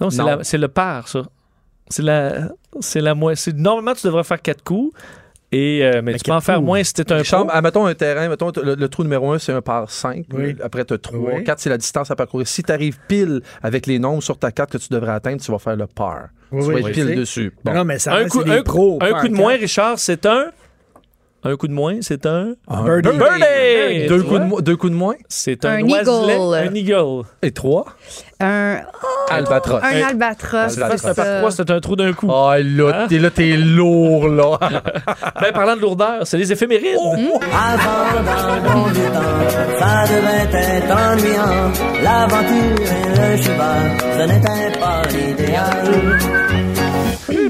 Speaker 3: Non, c'est
Speaker 5: Non.
Speaker 3: la- c'est le par, ça. C'est la. C'est la moyenne. Normalement, tu devrais faire 4 coups. Et, euh, mais, tu peux
Speaker 4: quatre
Speaker 3: en faire
Speaker 4: coups.
Speaker 3: moins si t'es un pro.
Speaker 5: Chambre, ah, mettons un terrain, mettons t- le, le trou numéro 1, c'est un par 5.
Speaker 4: Oui.
Speaker 5: Après, tu as 3.
Speaker 4: Oui.
Speaker 5: 4, c'est la distance à parcourir. Si tu arrives pile avec les nombres sur ta carte que tu devrais atteindre, tu vas faire le par. tu vas être pile dessus. Bon.
Speaker 4: Non, mais ça
Speaker 3: un
Speaker 4: reste
Speaker 3: coup,
Speaker 4: des
Speaker 3: un,
Speaker 4: pros.
Speaker 3: un
Speaker 4: par
Speaker 3: coup de
Speaker 4: quatre.
Speaker 3: moins, Richard, c'est un. Un coup de moins, c'est un.
Speaker 5: Un
Speaker 4: birdie.
Speaker 5: birdie.
Speaker 3: Birdie! Tu
Speaker 5: Deux
Speaker 3: vois?
Speaker 5: coups, de, mo- deux coups de moins
Speaker 3: C'est un,
Speaker 6: Un
Speaker 3: oiselet,
Speaker 6: eagle.
Speaker 3: un eagle. Euh.
Speaker 5: et trois.
Speaker 6: Un,
Speaker 5: Albatros.
Speaker 6: un albatros.
Speaker 5: Albatros.
Speaker 3: C'est un par trois, c'est un trou d'un coup.
Speaker 5: Ah,
Speaker 4: Hein?
Speaker 5: là, t'es là, t'es lourd, là.
Speaker 3: Ben, parlant de lourdeur, c'est les éphémérides.
Speaker 8: Avant d'un bon vieux temps, ça devait être ennuyant. L'aventure et le cheval, ce n'était pas l'idéal.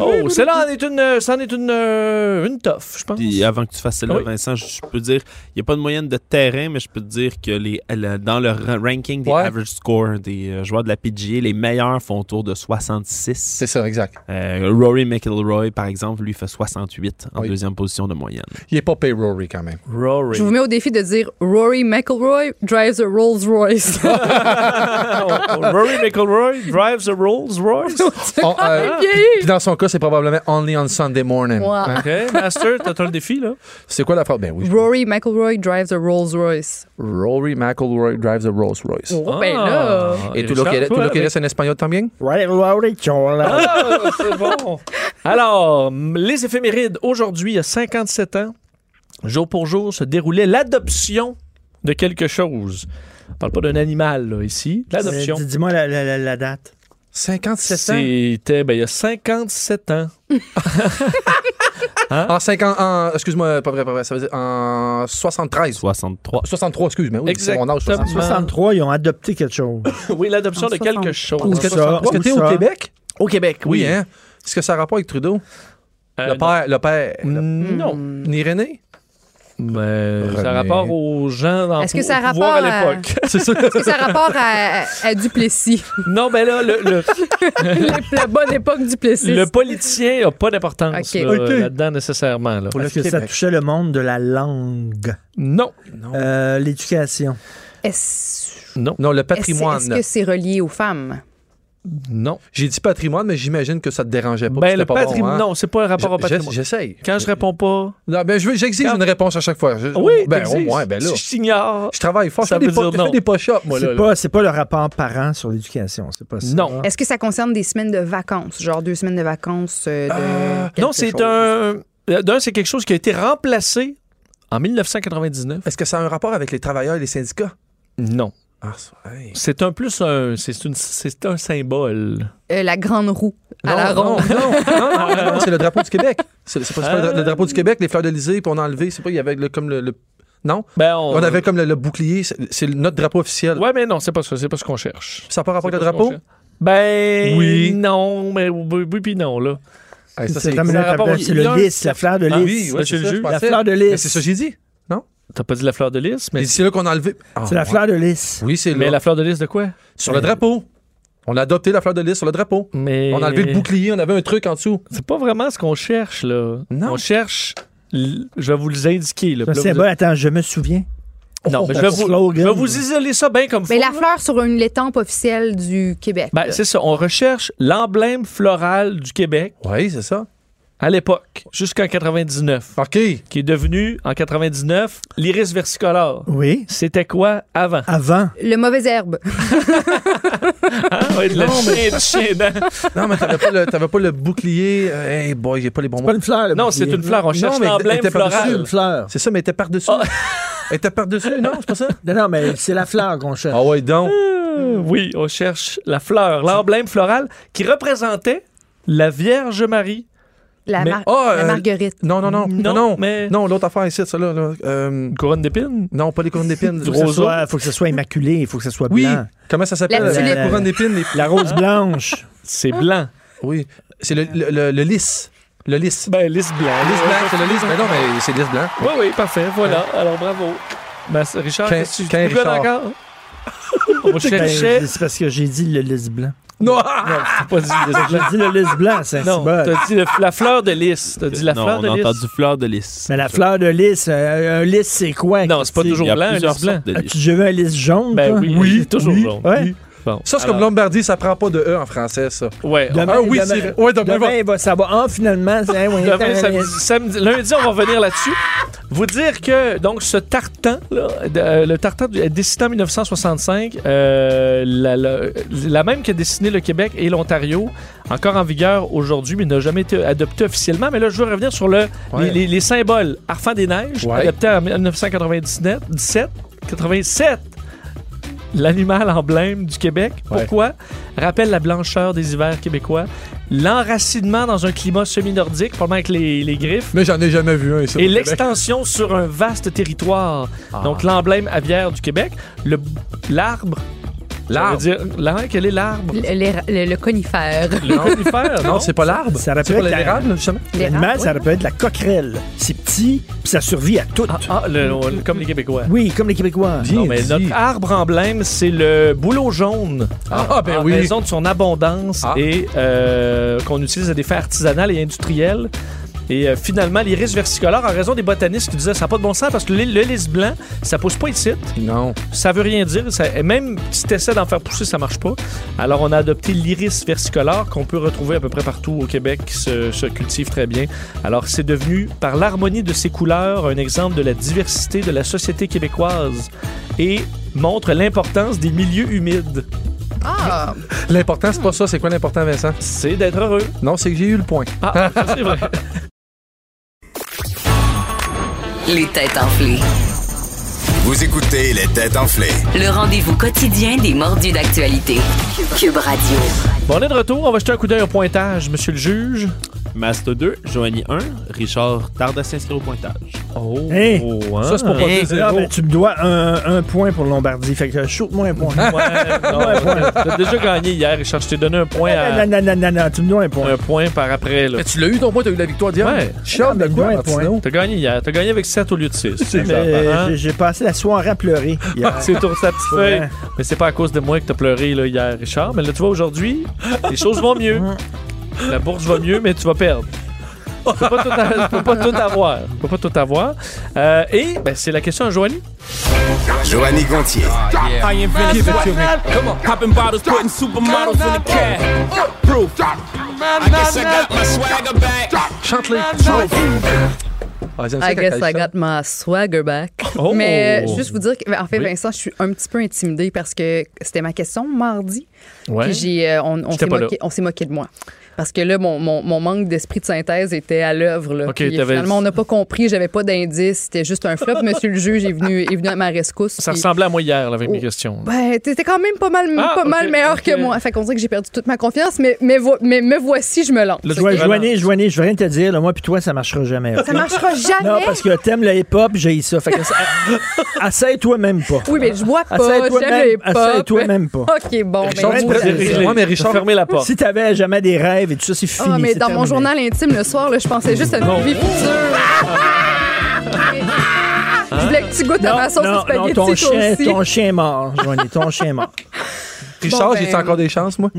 Speaker 3: Oh, celle-là en est une, euh, c'en est une, euh, une toffe, je pense.
Speaker 7: Puis avant que tu fasses celle-là,
Speaker 3: Oui.
Speaker 7: Vincent, je je peux te dire, il n'y a pas de moyenne de terrain, mais je peux te dire que les, la- dans le ra- ranking
Speaker 5: [LAUGHS]
Speaker 7: des
Speaker 5: Ouais.
Speaker 7: average score des euh, joueurs de la PGA, les meilleurs font autour de 66.
Speaker 5: C'est ça, exact.
Speaker 7: Euh, Rory McIlroy, par exemple, lui fait 68 en
Speaker 5: Oui.
Speaker 7: deuxième position de moyenne.
Speaker 5: Il est pas pay Rory quand même.
Speaker 3: Rory. [LAUGHS]
Speaker 6: Je vous mets au défi de dire Rory McIlroy drives a Rolls Royce.
Speaker 3: Rory McIlroy drives a Rolls Royce.
Speaker 5: On- euh,
Speaker 6: Vieilli.
Speaker 5: Puis dans son cas, c'est probablement Only on Sunday morning.
Speaker 6: Wow.
Speaker 5: Hein?
Speaker 3: OK, Master, t'as ton défi, là.
Speaker 5: C'est quoi la phrase? Ben oui.
Speaker 6: Rory McIlroy drives a Rolls Royce.
Speaker 5: Rory McIlroy drives a Rolls Royce.
Speaker 6: Oh, ben là.
Speaker 3: Ah,
Speaker 5: Et tout
Speaker 3: Richard,
Speaker 5: lo que, tout
Speaker 3: toi,
Speaker 5: lo que
Speaker 3: avec-
Speaker 5: reste en espagnol también?
Speaker 4: Ouais, ouais, ouais, tchola.
Speaker 3: Ah, c'est bon. Alors, m- les éphémérides, aujourd'hui, il y a 57 ans, jour pour jour, se déroulait l'adoption de quelque chose. On parle pas d'un animal, là, ici. L'adoption.
Speaker 4: Dis- Dis-moi la, la- la- la date.
Speaker 5: 57 Euh, ans.
Speaker 3: C'était, ben, il y a 57
Speaker 5: [LAUGHS]
Speaker 3: ans. hein?
Speaker 5: En 50, en, excuse-moi, pas vrai, pas vrai, ça veut dire en 73.
Speaker 7: 63.
Speaker 5: 63, excuse-moi, oui, c'est mon âge, 63.
Speaker 3: Exactement.
Speaker 4: 63, ils ont adopté quelque chose.
Speaker 3: Oui, l'adoption de quelque chose.
Speaker 4: Où ça?
Speaker 5: Est-ce que
Speaker 4: Où
Speaker 5: t'es au
Speaker 4: ça?
Speaker 5: Québec?
Speaker 3: Au Québec,
Speaker 5: Oui, hein? Est-ce que ça a rapport avec Trudeau?
Speaker 3: Euh,
Speaker 5: le père, le père,
Speaker 6: Mm.
Speaker 3: non. Non.
Speaker 5: le- ni René?
Speaker 3: Mais ça a
Speaker 5: René.
Speaker 3: rapport aux gens dans
Speaker 6: Est-ce
Speaker 3: au
Speaker 6: que ça a
Speaker 3: pouvoir
Speaker 6: rapport
Speaker 3: à
Speaker 6: à-
Speaker 3: l'époque.
Speaker 5: C'est ça.
Speaker 6: Est-ce que ça a rapport à, à- à Duplessis?
Speaker 3: non, ben là, le, le,
Speaker 6: [LAUGHS] La bonne époque Duplessis.
Speaker 3: le politicien n'a pas d'importance
Speaker 6: Ok.
Speaker 3: là,
Speaker 4: Ok.
Speaker 3: là-dedans nécessairement. là.
Speaker 4: Est-ce que ça
Speaker 5: Québec.
Speaker 4: touchait le monde de la langue,
Speaker 3: Non.
Speaker 4: Euh, l'éducation.
Speaker 6: Est-ce
Speaker 5: Non, le
Speaker 6: est-ce- est-ce
Speaker 5: patrimoine.
Speaker 6: que c'est relié aux femmes?
Speaker 5: Non. J'ai dit patrimoine, mais j'imagine que ça te dérangeait pas.
Speaker 3: Ben,
Speaker 5: c'était
Speaker 3: le
Speaker 5: pas bon,
Speaker 3: patrimoine.
Speaker 5: hein?
Speaker 3: Non, c'est pas un rapport au
Speaker 5: Je-
Speaker 3: patrimoine.
Speaker 5: J'essaye.
Speaker 3: Quand je réponds pas.
Speaker 5: Non, ben, je veux- j'exige
Speaker 3: Quand-
Speaker 5: une réponse à chaque fois. Je-
Speaker 3: Ah Oui,
Speaker 5: ben, au
Speaker 3: t'existes.
Speaker 5: moins, ben là.
Speaker 3: Si je t'ignore.
Speaker 5: Je travaille fort,
Speaker 3: Ça
Speaker 5: je fais des
Speaker 3: veut dire
Speaker 5: po- je
Speaker 3: non.
Speaker 5: fais des push-ups, moi, là.
Speaker 4: C'est
Speaker 5: là.
Speaker 4: pas, c'est pas le rapport parent sur l'éducation, c'est pas ça. Ah.
Speaker 3: Non.
Speaker 6: Est-ce que ça concerne des semaines de vacances, genre deux semaines de vacances euh, de quelque
Speaker 3: Ah. Non, c'est
Speaker 6: chose?
Speaker 3: un. D'un, c'est quelque chose qui a été remplacé en 1999.
Speaker 5: Est-ce que ça a un rapport avec les travailleurs et les syndicats?
Speaker 3: Non.
Speaker 5: Ah, ça- hey.
Speaker 3: C'est un plus un. C'est une- c'est un symbole.
Speaker 6: Euh, la grande roue à
Speaker 5: Non,
Speaker 6: la ronde.
Speaker 5: Non, non,
Speaker 6: [LAUGHS]
Speaker 5: non, non, non, c'est le drapeau du Québec. C'est c'est pas, c'est pas le dra- le
Speaker 3: Euh.
Speaker 5: drapeau du Québec, les fleurs d'Elysée, puis on a enlevé, c'est pas, il y avait le- comme le. le- Non?
Speaker 3: Ben, on.
Speaker 5: On avait comme le, le bouclier, c'est c'est notre drapeau officiel.
Speaker 3: Ouais, mais non, c'est pas ça. C'est pas ce qu'on cherche.
Speaker 5: Ça n'a pas rapport
Speaker 3: C'est
Speaker 5: avec le
Speaker 3: pas ce qu'on
Speaker 5: drapeau?
Speaker 3: cherche. Ben.
Speaker 5: Oui.
Speaker 3: Non, mais oui, oui, puis non, là.
Speaker 5: Hey, ça,
Speaker 4: C'est
Speaker 5: c'est-
Speaker 4: comme
Speaker 3: ça
Speaker 4: le-
Speaker 3: rapport-
Speaker 4: c'est le
Speaker 3: il-
Speaker 4: lys, la fleur de
Speaker 3: Ah
Speaker 4: lys.
Speaker 3: oui, ouais, c'est
Speaker 5: c'est ça,
Speaker 3: le
Speaker 5: je
Speaker 3: jus.
Speaker 5: pense.
Speaker 4: La
Speaker 5: c'est-
Speaker 4: fleur de
Speaker 5: Mais
Speaker 4: lys.
Speaker 5: c'est ça que j'ai dit.
Speaker 3: T'as pas dit la fleur de lys, mais.
Speaker 5: Mais c'est là qu'on a enlevé. Ah,
Speaker 4: C'est la
Speaker 5: ouais.
Speaker 4: fleur de lys.
Speaker 5: Oui, c'est
Speaker 3: Mais
Speaker 5: là.
Speaker 3: la fleur de lys de quoi?
Speaker 5: Sur le drapeau. On a adopté la fleur de lys sur le drapeau.
Speaker 3: Mais.
Speaker 5: On a enlevé le bouclier, on avait un truc en dessous.
Speaker 3: C'est pas vraiment ce qu'on cherche, là.
Speaker 5: Non.
Speaker 3: On cherche. l- Je vais vous les indiquer, là.
Speaker 4: C'est un
Speaker 3: Puis là, vous-
Speaker 4: symbole. Attends, je me souviens.
Speaker 3: Non, mais je
Speaker 4: Un
Speaker 3: vais, vous,
Speaker 4: slogan.
Speaker 3: je vais vous isoler ça bien comme
Speaker 6: Mais
Speaker 3: faut,
Speaker 6: la
Speaker 3: là.
Speaker 6: fleur sur une étampe officielle du Québec.
Speaker 3: Ben, c'est ça. On recherche l'emblème floral du Québec
Speaker 5: Oui, c'est ça.
Speaker 3: à l'époque, jusqu'en 99, [LAUGHS]
Speaker 5: OK.
Speaker 3: qui est devenu, en 99, l'iris versicolore.
Speaker 4: Oui.
Speaker 3: C'était quoi avant?
Speaker 4: Avant.
Speaker 6: Le mauvais herbe.
Speaker 3: Ah, ouais, de la chien- de chien dent.
Speaker 5: Non, mais t'avais pas, le- t'avais pas le bouclier. Euh, Hey boy, j'ai pas les bons mots.
Speaker 4: une fleur. le
Speaker 3: Non, c'est
Speaker 4: bouclier.
Speaker 3: une fleur. On cherche
Speaker 5: mais
Speaker 3: l'emblème
Speaker 5: t'es pas
Speaker 3: floral.
Speaker 5: dessus.
Speaker 4: fleur.
Speaker 5: C'est ça, mais t'es par-dessus. Elle était par-dessus, non, c'est pas ça?
Speaker 4: Non, non, mais c'est la fleur qu'on cherche.
Speaker 5: Ah ouais, donc.
Speaker 3: Euh, Oui, on cherche la fleur, l'emblème floral qui représentait la Vierge Marie.
Speaker 6: La,
Speaker 3: Mais-
Speaker 6: mar-
Speaker 5: Ah,
Speaker 6: la
Speaker 5: euh,
Speaker 6: marguerite.
Speaker 5: Non, non, non.
Speaker 3: Non,
Speaker 5: Non, non.
Speaker 3: mais-
Speaker 5: Non, l'autre affaire ici, ça là. là, euh,
Speaker 3: Une couronne d'épines?
Speaker 5: Non, pas les couronnes [LAUGHS] d'épines.
Speaker 3: Ah, Du
Speaker 4: Il faut, que
Speaker 3: roseau.
Speaker 4: ça soit- faut que ça soit immaculé, il faut que ça soit
Speaker 5: Oui.
Speaker 4: blanc.
Speaker 5: Comment ça s'appelle?
Speaker 6: La tulipe.
Speaker 5: couronne d'épines. les-
Speaker 4: La rose blanche.
Speaker 3: C'est blanc.
Speaker 5: Oui. C'est le, le, le- le lys. Le lys.
Speaker 3: Ben, lisse blanc.
Speaker 5: Le lys blanc, c'est le lys. Mais Ben non, mais c'est lys blanc.
Speaker 3: Oui, oui, parfait. Voilà. Alors, bravo. Ben, Richard,
Speaker 5: Quin-
Speaker 3: qu'est-ce que tu
Speaker 5: quin
Speaker 3: rigoles
Speaker 5: Richard?
Speaker 3: [LAUGHS] encore? On
Speaker 4: Ben,
Speaker 3: cherchait.
Speaker 4: c'est parce que j'ai dit le lys blanc.
Speaker 3: Non, t'as pas dit le
Speaker 4: J'ai dit le lys blanc, c'est
Speaker 3: [LAUGHS]
Speaker 4: un
Speaker 3: Non,
Speaker 4: symbole.
Speaker 3: t'as dit le- la fleur de lys. T'as dit la
Speaker 7: non,
Speaker 3: fleur de
Speaker 7: on a
Speaker 3: lys.
Speaker 7: entendu fleur de lys.
Speaker 4: Mais la fleur de lys, euh, un lys, c'est quoi?
Speaker 3: Non, c'est pas
Speaker 4: Christy?
Speaker 3: toujours
Speaker 7: Il y a
Speaker 3: blanc, un
Speaker 7: plusieurs
Speaker 3: lys blanc.
Speaker 7: sortes de
Speaker 4: As-tu
Speaker 7: lys.
Speaker 4: déjà vu un lys jaune?
Speaker 3: Ben
Speaker 4: toi?
Speaker 3: oui, oui, toujours jaune.
Speaker 4: Ouais.
Speaker 3: Oui. Bon.
Speaker 5: Ça, c'est
Speaker 3: Alors,
Speaker 5: comme Lombardie, ça prend pas de E en français, ça.
Speaker 3: Ouais. on-
Speaker 4: Demain,
Speaker 5: Ah oui,
Speaker 4: demain-
Speaker 5: c'est vrai. Ouais, demain,
Speaker 4: demain, il va savoir. Ah, finalement, c'est hein, ouais,
Speaker 3: Demain,
Speaker 4: t'as un
Speaker 3: samedi-
Speaker 4: lys.
Speaker 3: samedi- lundi, on va revenir là-dessus. Vous dire que donc ce tartan, là, de- euh, le tartan du- euh, dessiné en 1965, euh, la, la- la même que dessiné le Québec et l'Ontario, encore en vigueur aujourd'hui, mais n'a jamais été adopté officiellement. Mais là, je veux revenir sur le,
Speaker 5: Ouais.
Speaker 3: les, les- les symboles. Arfan des Neiges,
Speaker 5: Ouais.
Speaker 3: adopté en 1997, 17, 87. L'animal emblème du Québec.
Speaker 5: Ouais.
Speaker 3: Pourquoi? Rappelle la blancheur des hivers québécois. L'enracinement dans un climat semi-nordique, probablement avec les, les griffes.
Speaker 5: Mais j'en ai jamais vu un ici.
Speaker 3: Et
Speaker 5: au Québec. Ah.
Speaker 3: l'extension sur un vaste territoire. Donc, l'emblème aviaire du Québec. Le- L'arbre.
Speaker 5: L'arbre.
Speaker 3: Ça veut dire- là, quel est l'arbre?
Speaker 6: Le, le- le conifère.
Speaker 3: Le conifère,
Speaker 5: Non, c'est pas l'arbre.
Speaker 4: Ça
Speaker 5: C'est pas
Speaker 4: rappelle la-
Speaker 5: l'érable, justement.
Speaker 4: L'animal,
Speaker 6: L'érable,
Speaker 4: ça
Speaker 6: ouais.
Speaker 4: peut être la coquerelle. C'est petit, puis ça survit à tout.
Speaker 3: Ah, ah, le- le- comme les Québécois.
Speaker 4: Oui, comme les Québécois.
Speaker 3: Non, mais notre arbre emblème, c'est le bouleau jaune.
Speaker 5: Ah, ben
Speaker 3: en
Speaker 5: oui.
Speaker 3: raison de son abondance
Speaker 5: Ah.
Speaker 3: et euh, qu'on utilise à des fins artisanales et industrielles. Et euh, finalement, l'iris versicolore, en raison des botanistes qui disaient ça n'a pas de bon sens parce que le, le lys blanc, ça pousse pas ici,
Speaker 5: Non.
Speaker 3: ça veut rien dire. Ça- et même si tu essaies d'en faire pousser, ça marche pas. Alors, on a adopté l'iris versicolore qu'on peut retrouver à peu près partout au Québec qui se, se cultive très bien. Alors, c'est devenu, par l'harmonie de ses couleurs, un exemple de la diversité de la société québécoise et montre l'importance des milieux humides.
Speaker 6: Ah,
Speaker 5: L'important, c'est pas ça. C'est quoi l'important, Vincent?
Speaker 3: C'est d'être heureux.
Speaker 5: Non, c'est que j'ai eu le point.
Speaker 3: Ah, ça, c'est [LAUGHS] vrai.
Speaker 1: Les têtes enflées.
Speaker 2: Vous écoutez les têtes enflées.
Speaker 1: Le rendez-vous quotidien des mordus d'actualité. Cube Radio.
Speaker 3: Bon, on est de retour. On va jeter un coup d'œil au pointage, monsieur le juge.
Speaker 7: Master 2, Joanie 1, Richard tarde à s'inscrire au pointage.
Speaker 3: Oh,
Speaker 4: Hey.
Speaker 3: oh, hein.
Speaker 5: Ça, c'est pour pas
Speaker 4: Eh,
Speaker 5: dire
Speaker 4: ah,
Speaker 5: zéro.
Speaker 4: ben, tu me dois un, un point pour Lombardie. Fait que shoot-moi un
Speaker 3: Ah,
Speaker 4: point.
Speaker 3: Ouais, non, T'as déjà gagné hier, Richard. Je t'ai donné un point, à-
Speaker 4: Ah, Non, non, non, non, non, tu me dois un point.
Speaker 3: un point par après. Là.
Speaker 5: Mais tu l'as eu ton point, t'as eu la victoire d'hier.
Speaker 3: Ouais.
Speaker 5: Charles,
Speaker 4: Ah,
Speaker 5: de
Speaker 4: ben,
Speaker 5: quoi,
Speaker 4: ouais,
Speaker 5: Martineau?
Speaker 3: T'as gagné hier. T'as gagné avec 7 au lieu de 6.
Speaker 4: Mais j'ai- J'ai passé la soirée à pleurer. hier.
Speaker 3: C'est tour sa petite feuille.
Speaker 4: Ouais.
Speaker 3: Mais c'est pas à cause de moi que t'as pleuré là, hier, Richard. Mais là, tu vois, aujourd'hui, les choses vont
Speaker 4: [LAUGHS]
Speaker 3: mieux. La bourse va mieux, mais tu vas perdre. Tu peux pas tout, a- tu peux pas tout avoir. Tu peux pas tout avoir. Euh, et ben, c'est la question à Joanie.
Speaker 2: Joanie, Joanny Gontier.
Speaker 9: I invented it. Popping bottles, putting supermodels in the cab. Proof. I guess I got my swagger back.
Speaker 5: Chante-les. Ah, j'aime ça
Speaker 6: I
Speaker 5: quand
Speaker 6: guess
Speaker 5: elle
Speaker 6: I
Speaker 5: chante.
Speaker 6: got my swagger back.
Speaker 3: Oh!
Speaker 6: Mais euh, juste vous dire que, en fait,
Speaker 3: Oui.
Speaker 6: Vincent, je suis un petit peu intimidée parce que c'était ma question mardi.
Speaker 3: Ouais.
Speaker 6: Puis j'ai, euh, on, on
Speaker 3: J'étais
Speaker 6: s'est
Speaker 3: pas là.
Speaker 6: moqué, on s'est moqué de moi. Parce que là, mon, mon- mon manque d'esprit de synthèse était à l'œuvre. là.
Speaker 3: Ok,
Speaker 6: Puis
Speaker 3: t'avais-
Speaker 6: finalement, on n'a pas compris, j'avais pas d'indice, c'était juste
Speaker 3: [LAUGHS]
Speaker 6: un flop. Monsieur le juge est venu, est venu à ma rescousse.
Speaker 3: Ça
Speaker 6: puis-
Speaker 3: ressemblait à moi hier là, avec mes questions.
Speaker 6: Ben, t'étais quand même pas mal,
Speaker 3: Ah,
Speaker 6: pas
Speaker 3: ok,
Speaker 6: mal meilleur
Speaker 3: ok.
Speaker 6: que moi. Fait qu'on dirait que j'ai perdu toute ma confiance, mais, mais, vo- mais me voici, je me lance.
Speaker 3: Là, tu
Speaker 6: Ok?
Speaker 3: vois,
Speaker 4: Ouais, Joanie, Joanie, je veux rien te dire, là, moi puis toi, ça marchera jamais.
Speaker 6: Ça marchera jamais.
Speaker 4: Non, parce que t'aimes le hip-hop, j'ai ça. Fait que
Speaker 6: [LAUGHS]
Speaker 4: ça- Asseye-toi même pas.
Speaker 6: Oui, mais je bois pas,
Speaker 4: Asseye-toi
Speaker 6: j'aime
Speaker 4: même,
Speaker 6: les
Speaker 4: asseye-toi
Speaker 6: pop.
Speaker 4: même pas.
Speaker 6: [LAUGHS] OK, bon.
Speaker 5: Richard,
Speaker 6: ben,
Speaker 5: tu
Speaker 6: vous-
Speaker 5: pourrais-
Speaker 3: C'est réglé.
Speaker 5: Ouais, mais Richard-
Speaker 3: Fermez la porte.
Speaker 4: Si t'avais jamais des rêves et tout ça, c'est fini.
Speaker 6: Ah, mais
Speaker 4: c'est
Speaker 6: dans mon
Speaker 4: terminé.
Speaker 6: journal intime le soir, là, je pensais juste à notre vie future. Je voulais que tu goûtes à ma sauce
Speaker 4: non,
Speaker 6: au spaghetti,
Speaker 4: non, ton
Speaker 6: toi
Speaker 4: chien,
Speaker 6: aussi.
Speaker 4: ton chien est mort, Joanie, ton chien est mort.
Speaker 5: Richard,
Speaker 6: ben-
Speaker 5: j'ai encore des chances, moi.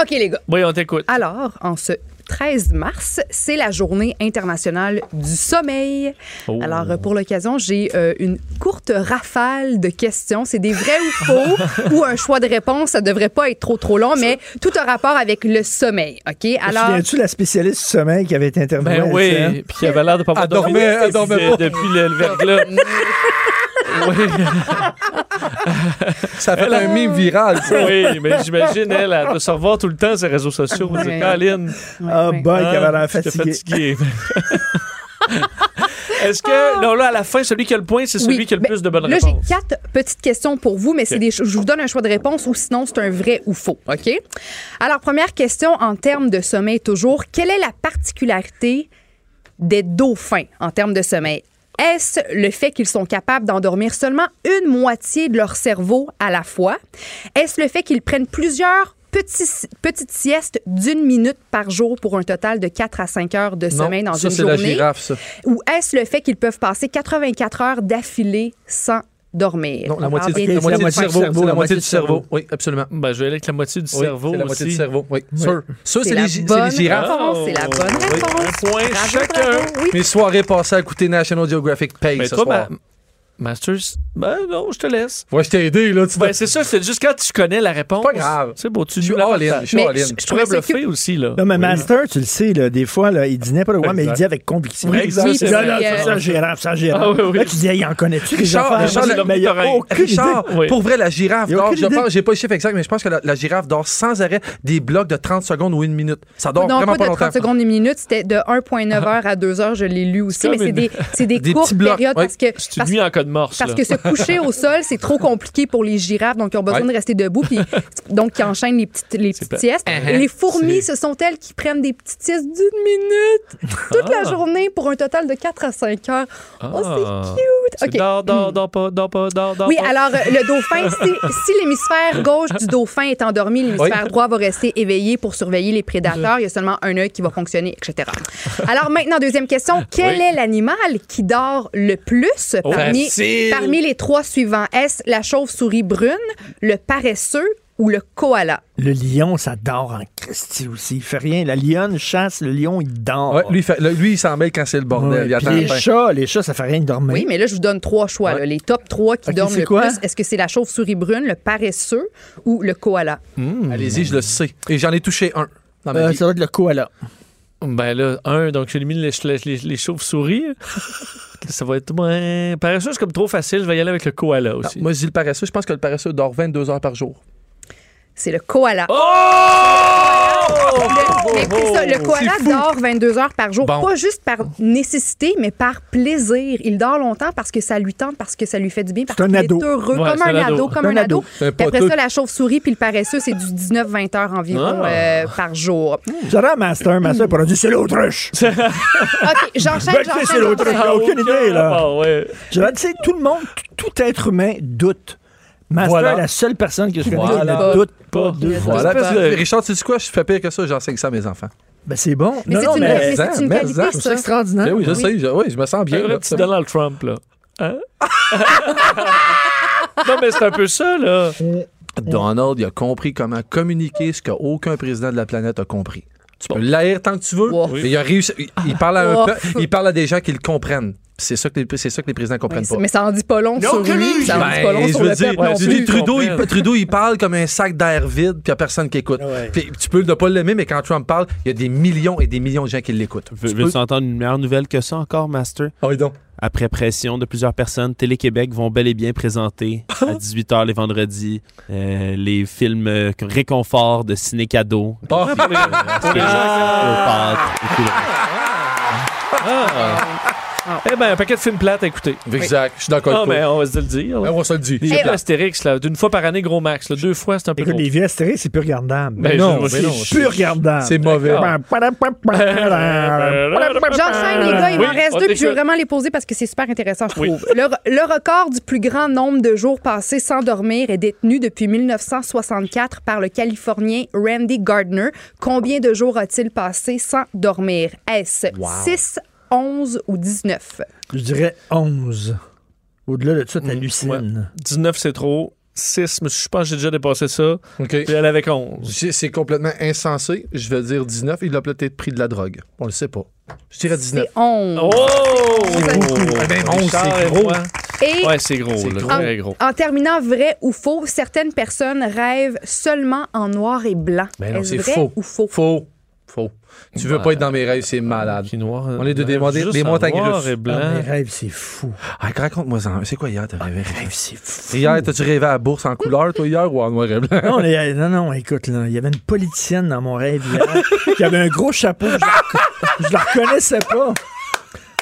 Speaker 6: OK, les gars.
Speaker 3: Oui, on t'écoute.
Speaker 6: Alors, en ce 13 mars, c'est la journée internationale du sommeil.
Speaker 3: Oh.
Speaker 6: Alors, euh, pour l'occasion, j'ai euh, une courte rafale de questions. C'est des vrais ou faux ou un choix de réponse. Ça devrait pas être trop, trop long, mais tout a rapport avec le sommeil. OK?
Speaker 4: Alors...
Speaker 6: Alors,
Speaker 4: Souviens-tu la spécialiste du sommeil qui avait été interviewée?
Speaker 3: Ben
Speaker 4: elle, tu
Speaker 3: oui,
Speaker 4: sais,
Speaker 3: puis il avait l'air de pas
Speaker 5: Elle
Speaker 3: pouvoir
Speaker 5: dormait-
Speaker 3: dormir
Speaker 5: elle dormait
Speaker 3: depuis-
Speaker 5: pas.
Speaker 3: depuis le, le verglas.
Speaker 5: Ça
Speaker 6: euh,
Speaker 5: fait un mime viral, ça.
Speaker 3: Oui, mais j'imagine, elle, elle doit se revoir tout le temps ses réseaux sociaux. Vous
Speaker 6: Ouais.
Speaker 3: dites, Caroline,
Speaker 4: hein? Ah,
Speaker 6: Ouais.
Speaker 4: boy, qui avait
Speaker 3: hein,
Speaker 4: l'air
Speaker 3: j'étais
Speaker 4: fatigué.
Speaker 3: fatigué. [LAUGHS] Est-ce
Speaker 6: Ah!
Speaker 3: que, non, là, à la fin, celui qui a le point, c'est celui
Speaker 6: Oui,
Speaker 3: qui a le
Speaker 6: ben,
Speaker 3: plus de bonnes
Speaker 6: là,
Speaker 3: réponses?
Speaker 6: j'ai quatre petites questions pour vous, mais c'est
Speaker 3: Ok.
Speaker 6: des cho- je vous donne un choix de réponse ou sinon c'est un vrai ou faux. OK? Alors, première question en termes de sommeil toujours. Quelle est la particularité des dauphins en termes de sommeil? Est-ce le fait qu'ils sont capables d'endormir seulement une moitié de leur cerveau à la fois? Est-ce le fait qu'ils prennent plusieurs petits si- petites siestes d'une minute par jour pour un total de 4 à 5 heures de sommeil dans
Speaker 5: ça,
Speaker 6: une
Speaker 5: c'est la
Speaker 6: journée?
Speaker 5: girafe, ça.
Speaker 6: Ou est-ce le fait qu'ils peuvent passer 84 heures d'affilée sans dormir?
Speaker 5: Non, la
Speaker 6: On
Speaker 5: moitié,
Speaker 6: parle
Speaker 5: du-
Speaker 6: bien
Speaker 5: la
Speaker 6: de
Speaker 5: moitié du
Speaker 6: cinq
Speaker 5: cerveau.
Speaker 6: cerveaux.
Speaker 5: C'est la moitié du cerveau. Oui, absolument.
Speaker 3: Ben, je vais aller avec la moitié du
Speaker 5: Oui,
Speaker 3: cerveau
Speaker 5: c'est la moitié
Speaker 3: aussi.
Speaker 5: du cerveau, oui. Sûr. Ça,
Speaker 6: C'est
Speaker 5: c'est
Speaker 6: la
Speaker 5: les, gi- c'est
Speaker 6: bonne
Speaker 5: les girafes.
Speaker 6: réponse. C'est la bonne
Speaker 3: Ah, Oui,
Speaker 6: réponse.
Speaker 3: Un point
Speaker 6: Bravo,
Speaker 3: chacun.
Speaker 6: bravo, oui.
Speaker 5: Mes soirées passées à écouter National Geographic Pay
Speaker 3: Mais
Speaker 5: ce
Speaker 3: toi,
Speaker 5: soir.
Speaker 3: ma- Masters, ben non, je te laisse.
Speaker 5: Ouais, je t'ai aidé, là. Tu
Speaker 3: [LAUGHS] Ben,
Speaker 5: vois.
Speaker 3: c'est ça, c'est juste quand tu connais la réponse.
Speaker 5: Pas grave.
Speaker 3: C'est beau, tu
Speaker 5: Je suis
Speaker 3: nous la
Speaker 5: all in.
Speaker 3: partages.
Speaker 5: Je suis
Speaker 6: Mais
Speaker 5: all in.
Speaker 6: je-
Speaker 3: Tu pourrais
Speaker 6: trouvais ça
Speaker 3: bluffer aussi, là.
Speaker 4: Non, mais
Speaker 3: Oui.
Speaker 4: Master, tu le sais, là, des fois, là, il dit n'importe quoi, mais il
Speaker 3: Exact.
Speaker 4: dit avec conviction.
Speaker 3: Oui, exact,
Speaker 4: Il dit,
Speaker 3: c'est
Speaker 4: là,
Speaker 3: vrai.
Speaker 4: là, ça, ça, gérable, ça, gérable.
Speaker 3: Ah, oui, oui.
Speaker 4: Là, tu dis, hey, il en connaît-tu des
Speaker 5: Richard,
Speaker 4: affaires?
Speaker 5: Richard,
Speaker 4: Mais
Speaker 5: le-
Speaker 4: il y a
Speaker 3: Victorin.
Speaker 4: aucune idée.
Speaker 5: Richard,
Speaker 3: Oui.
Speaker 5: pour vrai, la girafe
Speaker 4: Il y a
Speaker 5: dort.
Speaker 4: aucune
Speaker 5: Je
Speaker 4: idée.
Speaker 5: pense, j'ai pas le chiffre exact, mais je pense que la, la girafe dort sans arrêt des blocs de 30 secondes ou une minute. Ça dort
Speaker 6: Non,
Speaker 5: vraiment
Speaker 6: pas
Speaker 5: pas,
Speaker 6: de 30
Speaker 5: longtemps.
Speaker 6: secondes une minute, c'était de 1,9 heures à 2 heures, je l'ai lu aussi,
Speaker 3: C'est
Speaker 6: mais
Speaker 3: comme
Speaker 6: c'est
Speaker 3: une-
Speaker 6: des, c'est des
Speaker 5: Des
Speaker 6: courtes
Speaker 5: petits blocs,
Speaker 6: périodes
Speaker 5: oui.
Speaker 6: parce que.
Speaker 3: C'est une
Speaker 6: parce-
Speaker 3: nuit en code morse,
Speaker 6: Parce
Speaker 3: là.
Speaker 6: que se coucher au sol, c'est trop compliqué pour les girafes, donc ils ont besoin
Speaker 5: Ouais.
Speaker 6: de rester debout, puis donc ils enchaînent les petites, les petites
Speaker 3: plat.
Speaker 6: siestes.
Speaker 5: Uh-huh.
Speaker 6: Les fourmis, ce sont elles qui prennent des petites siestes d'une minute toute la
Speaker 3: Ah.
Speaker 6: journée pour un total de 4 à 5 heures. Oh,
Speaker 3: Ah.
Speaker 6: c'est
Speaker 3: C'est
Speaker 6: cute! OK. Hmm.
Speaker 3: Dors, dors, dors pas, dors pas, dors, dors
Speaker 6: Oui,
Speaker 3: pas.
Speaker 6: alors euh, le dauphin, si, si l'hémisphère gauche du dauphin est endormi, l'hémisphère
Speaker 5: Oui.
Speaker 6: droit va rester éveillé pour surveiller les prédateurs. Il y a seulement un œil qui va fonctionner, etc. Alors maintenant, deuxième question. Quel
Speaker 3: Oui.
Speaker 6: est l'animal qui dort le plus
Speaker 3: Oh,
Speaker 6: parmi,
Speaker 5: facile.
Speaker 6: parmi les trois suivants? Est-ce la chauve-souris brune, le paresseux ou le koala?
Speaker 4: Le lion, ça dort en Christie aussi. Il fait rien. La lionne chasse, le lion, il dort.
Speaker 5: Ouais, lui, il fait- là, lui, il s'en mêle quand c'est le bordel.
Speaker 4: Ouais,
Speaker 5: il
Speaker 4: puis
Speaker 5: attend
Speaker 4: les
Speaker 5: la fin.
Speaker 4: chats, les chats, ça fait rien de dormir.
Speaker 6: Oui, mais là, je vous donne trois choix. là. les top trois qui
Speaker 4: Ok,
Speaker 6: dorment
Speaker 4: c'est
Speaker 6: le
Speaker 4: quoi?
Speaker 6: plus. Est-ce que c'est la chauve-souris brune, le paresseux ou le koala?
Speaker 5: Allez-y, je le sais. Et j'en ai touché un. dans ma
Speaker 4: Euh,
Speaker 5: vie.
Speaker 4: ça doit être le koala.
Speaker 6: ah.
Speaker 3: Ben là, un, donc j'élimine les, les, les, les
Speaker 6: [LAUGHS]
Speaker 3: chauves-souris. ça va être moins... Paresseux, c'est comme trop facile. Je vais y aller avec le koala
Speaker 5: Non,
Speaker 3: aussi.
Speaker 5: moi, je dis le paresseux. Je pense que le paresseux dort 22 heures par jour.
Speaker 6: C'est le koala.
Speaker 3: Oh!
Speaker 6: Le, mais c'est ça, le koala dort 22 heures par jour,
Speaker 5: Bon.
Speaker 6: pas juste par nécessité, mais par plaisir. Il dort longtemps parce que ça lui tente, parce que ça lui fait du bien, parce
Speaker 4: C'est un
Speaker 6: qu'il est
Speaker 4: ado.
Speaker 6: heureux,
Speaker 3: Ouais,
Speaker 6: comme
Speaker 3: c'est
Speaker 6: un
Speaker 3: un
Speaker 6: ado,
Speaker 3: ado.
Speaker 6: comme
Speaker 4: C'est
Speaker 6: un
Speaker 4: un
Speaker 6: ado.
Speaker 4: ado.
Speaker 5: C'est un
Speaker 6: Puis Après
Speaker 5: poteux.
Speaker 6: ça, la chauve-souris puis le paresseux, c'est du 19-20 heures environ
Speaker 3: Ah.
Speaker 6: euh, par jour.
Speaker 4: J'aurais un master, master pour dire c'est l'autruche. C'est
Speaker 6: OK, j'enchaîne,
Speaker 4: c'est
Speaker 6: j'enchaîne,
Speaker 4: l'autruche.
Speaker 6: j'enchaîne.
Speaker 4: J'ai aucune idée, là.
Speaker 3: Ah, ouais.
Speaker 4: J'aurais dit, tu sais, tout le monde, t- tout être humain doute. Master
Speaker 3: Voilà.
Speaker 4: est la seule personne que je connais
Speaker 3: Voilà.
Speaker 4: qui ne doute pas.
Speaker 3: Pas.
Speaker 4: deux fois.
Speaker 5: Voilà.
Speaker 3: C'est
Speaker 5: Parce
Speaker 3: pas-
Speaker 5: que, Richard, tu sais quoi? Je fais pire que ça. J'enseigne ça à mes enfants.
Speaker 4: Ben, c'est bon.
Speaker 6: Mais
Speaker 4: non,
Speaker 6: c'est
Speaker 4: non,
Speaker 6: une-
Speaker 4: mais
Speaker 6: mais c'est une
Speaker 5: mais-
Speaker 6: qualité,
Speaker 5: mais-
Speaker 4: c'est
Speaker 6: ça.
Speaker 4: extraordinaire.
Speaker 5: Eh oui, je sais. je- oui, je me sens
Speaker 3: Un
Speaker 5: bien.
Speaker 3: vrai
Speaker 5: là.
Speaker 3: petit Donald Trump, là. Hein? [LAUGHS] non, mais c'est un peu ça,
Speaker 6: [LAUGHS]
Speaker 3: là.
Speaker 5: Donald, il a compris comment communiquer ce qu'aucun président de la planète a compris. Tu peux l'air tant que tu veux,
Speaker 6: Wow. Ah.
Speaker 5: mais il a réussi. Il, il parle à un
Speaker 6: Wow.
Speaker 5: peu- il parle à des gens qui le comprennent. Puis C'est ça que les, c'est ça que les présidents comprennent pas.
Speaker 6: Mais ça en dit pas long sur lui, ça en dit pas long
Speaker 5: Ben,
Speaker 6: sur
Speaker 5: je veux
Speaker 6: le
Speaker 5: dire,
Speaker 6: peuple non
Speaker 5: tu
Speaker 6: plus.
Speaker 5: dis Trudeau,
Speaker 3: comprennent.
Speaker 5: il, Trudeau, il parle comme un sac d'air vide, puis il n'y a personne qui écoute.
Speaker 4: Ouais.
Speaker 5: Puis tu peux ne pas l'aimer, mais quand Trump parle, il y a des millions et des millions de gens qui l'écoutent.
Speaker 7: Veux-
Speaker 5: Tu
Speaker 7: Veux-tu
Speaker 5: peux-
Speaker 7: entendre une meilleure nouvelle que ça encore, Master?
Speaker 5: Ah oui, donc.
Speaker 7: Après pression de plusieurs personnes, Télé-Québec vont bel et bien présenter
Speaker 5: [LAUGHS]
Speaker 7: à 18h les vendredis euh, les films euh, réconfort de Ciné Cadeau.
Speaker 5: Ah,
Speaker 3: Eh bien, un paquet de films plates à écouter.
Speaker 5: exact, je suis d'accord
Speaker 3: Ah,
Speaker 5: avec toi.
Speaker 3: ben, on va se le dire. là.
Speaker 5: Ben, on se le dit.
Speaker 3: Les films Astérix, là, d'une fois par année, gros max. là, deux fois, c'est un peu
Speaker 4: Écoute,
Speaker 3: gros.
Speaker 4: les vieux Astérix, c'est plus regardable.
Speaker 3: Ben, je- moi,
Speaker 4: c'est
Speaker 3: je-
Speaker 4: plus regardable.
Speaker 5: C'est mauvais.
Speaker 7: Ah.
Speaker 3: [LAUGHS] Euh,
Speaker 6: J'enchaîne, les gars, il
Speaker 3: Oui,
Speaker 6: m'en reste
Speaker 3: on
Speaker 6: deux, puis
Speaker 3: t'écoute.
Speaker 6: je veux vraiment les poser parce que c'est super intéressant, je
Speaker 3: Oui.
Speaker 6: trouve. Le, le record du plus grand nombre de jours passés sans dormir est détenu depuis 1964 par le Californien Randy Gardner. Combien de jours a-t-il passé sans dormir? Est-ce 6, 11 ou 19?
Speaker 4: Je dirais 11. Au-delà de ça,
Speaker 3: Mm,
Speaker 4: t'hallucines.
Speaker 3: 19, c'est trop. 6, mais je pense que j'ai déjà dépassé ça.
Speaker 5: OK.
Speaker 3: Je vais aller avec 11.
Speaker 5: C'est c'est complètement insensé. Je vais dire 19. Il a peut-être pris de la drogue. On le sait pas. Je dirais 19.
Speaker 6: C'est 11.
Speaker 3: Oh!
Speaker 5: Ben, onze,
Speaker 3: Richard
Speaker 5: c'est
Speaker 3: et
Speaker 5: gros.
Speaker 3: moi.
Speaker 6: Et
Speaker 3: hein. Ouais, c'est gros, là.
Speaker 6: en,
Speaker 3: Très gros.
Speaker 6: en terminant, vrai ou faux, certaines personnes rêvent seulement en noir et blanc.
Speaker 5: Ben non,
Speaker 6: Est-ce
Speaker 5: c'est
Speaker 6: vrai
Speaker 5: faux.
Speaker 6: ou faux?
Speaker 5: Faux. Faux. Tu veux pas être dans mes rêves, c'est malade.
Speaker 3: Puis noir, euh,
Speaker 5: On est de des- des-
Speaker 3: juste
Speaker 5: des
Speaker 3: en
Speaker 5: montagnes
Speaker 3: noir
Speaker 5: russes.
Speaker 3: et
Speaker 4: Ah,
Speaker 3: blanc.
Speaker 4: mes rêves, c'est fou. Ah,
Speaker 5: Ah, Raconte-moi ça. C'est quoi hier, t'as rêvé?
Speaker 4: c'est fou.
Speaker 5: Hier, t'as-tu rêvé à la bourse en couleur, toi, hier, ou en noir et blanc?
Speaker 4: Non, les- non, non, écoute, là, il y avait une politicienne dans mon rêve hier qui avait un gros chapeau. Je la, rec- je la reconnaissais pas.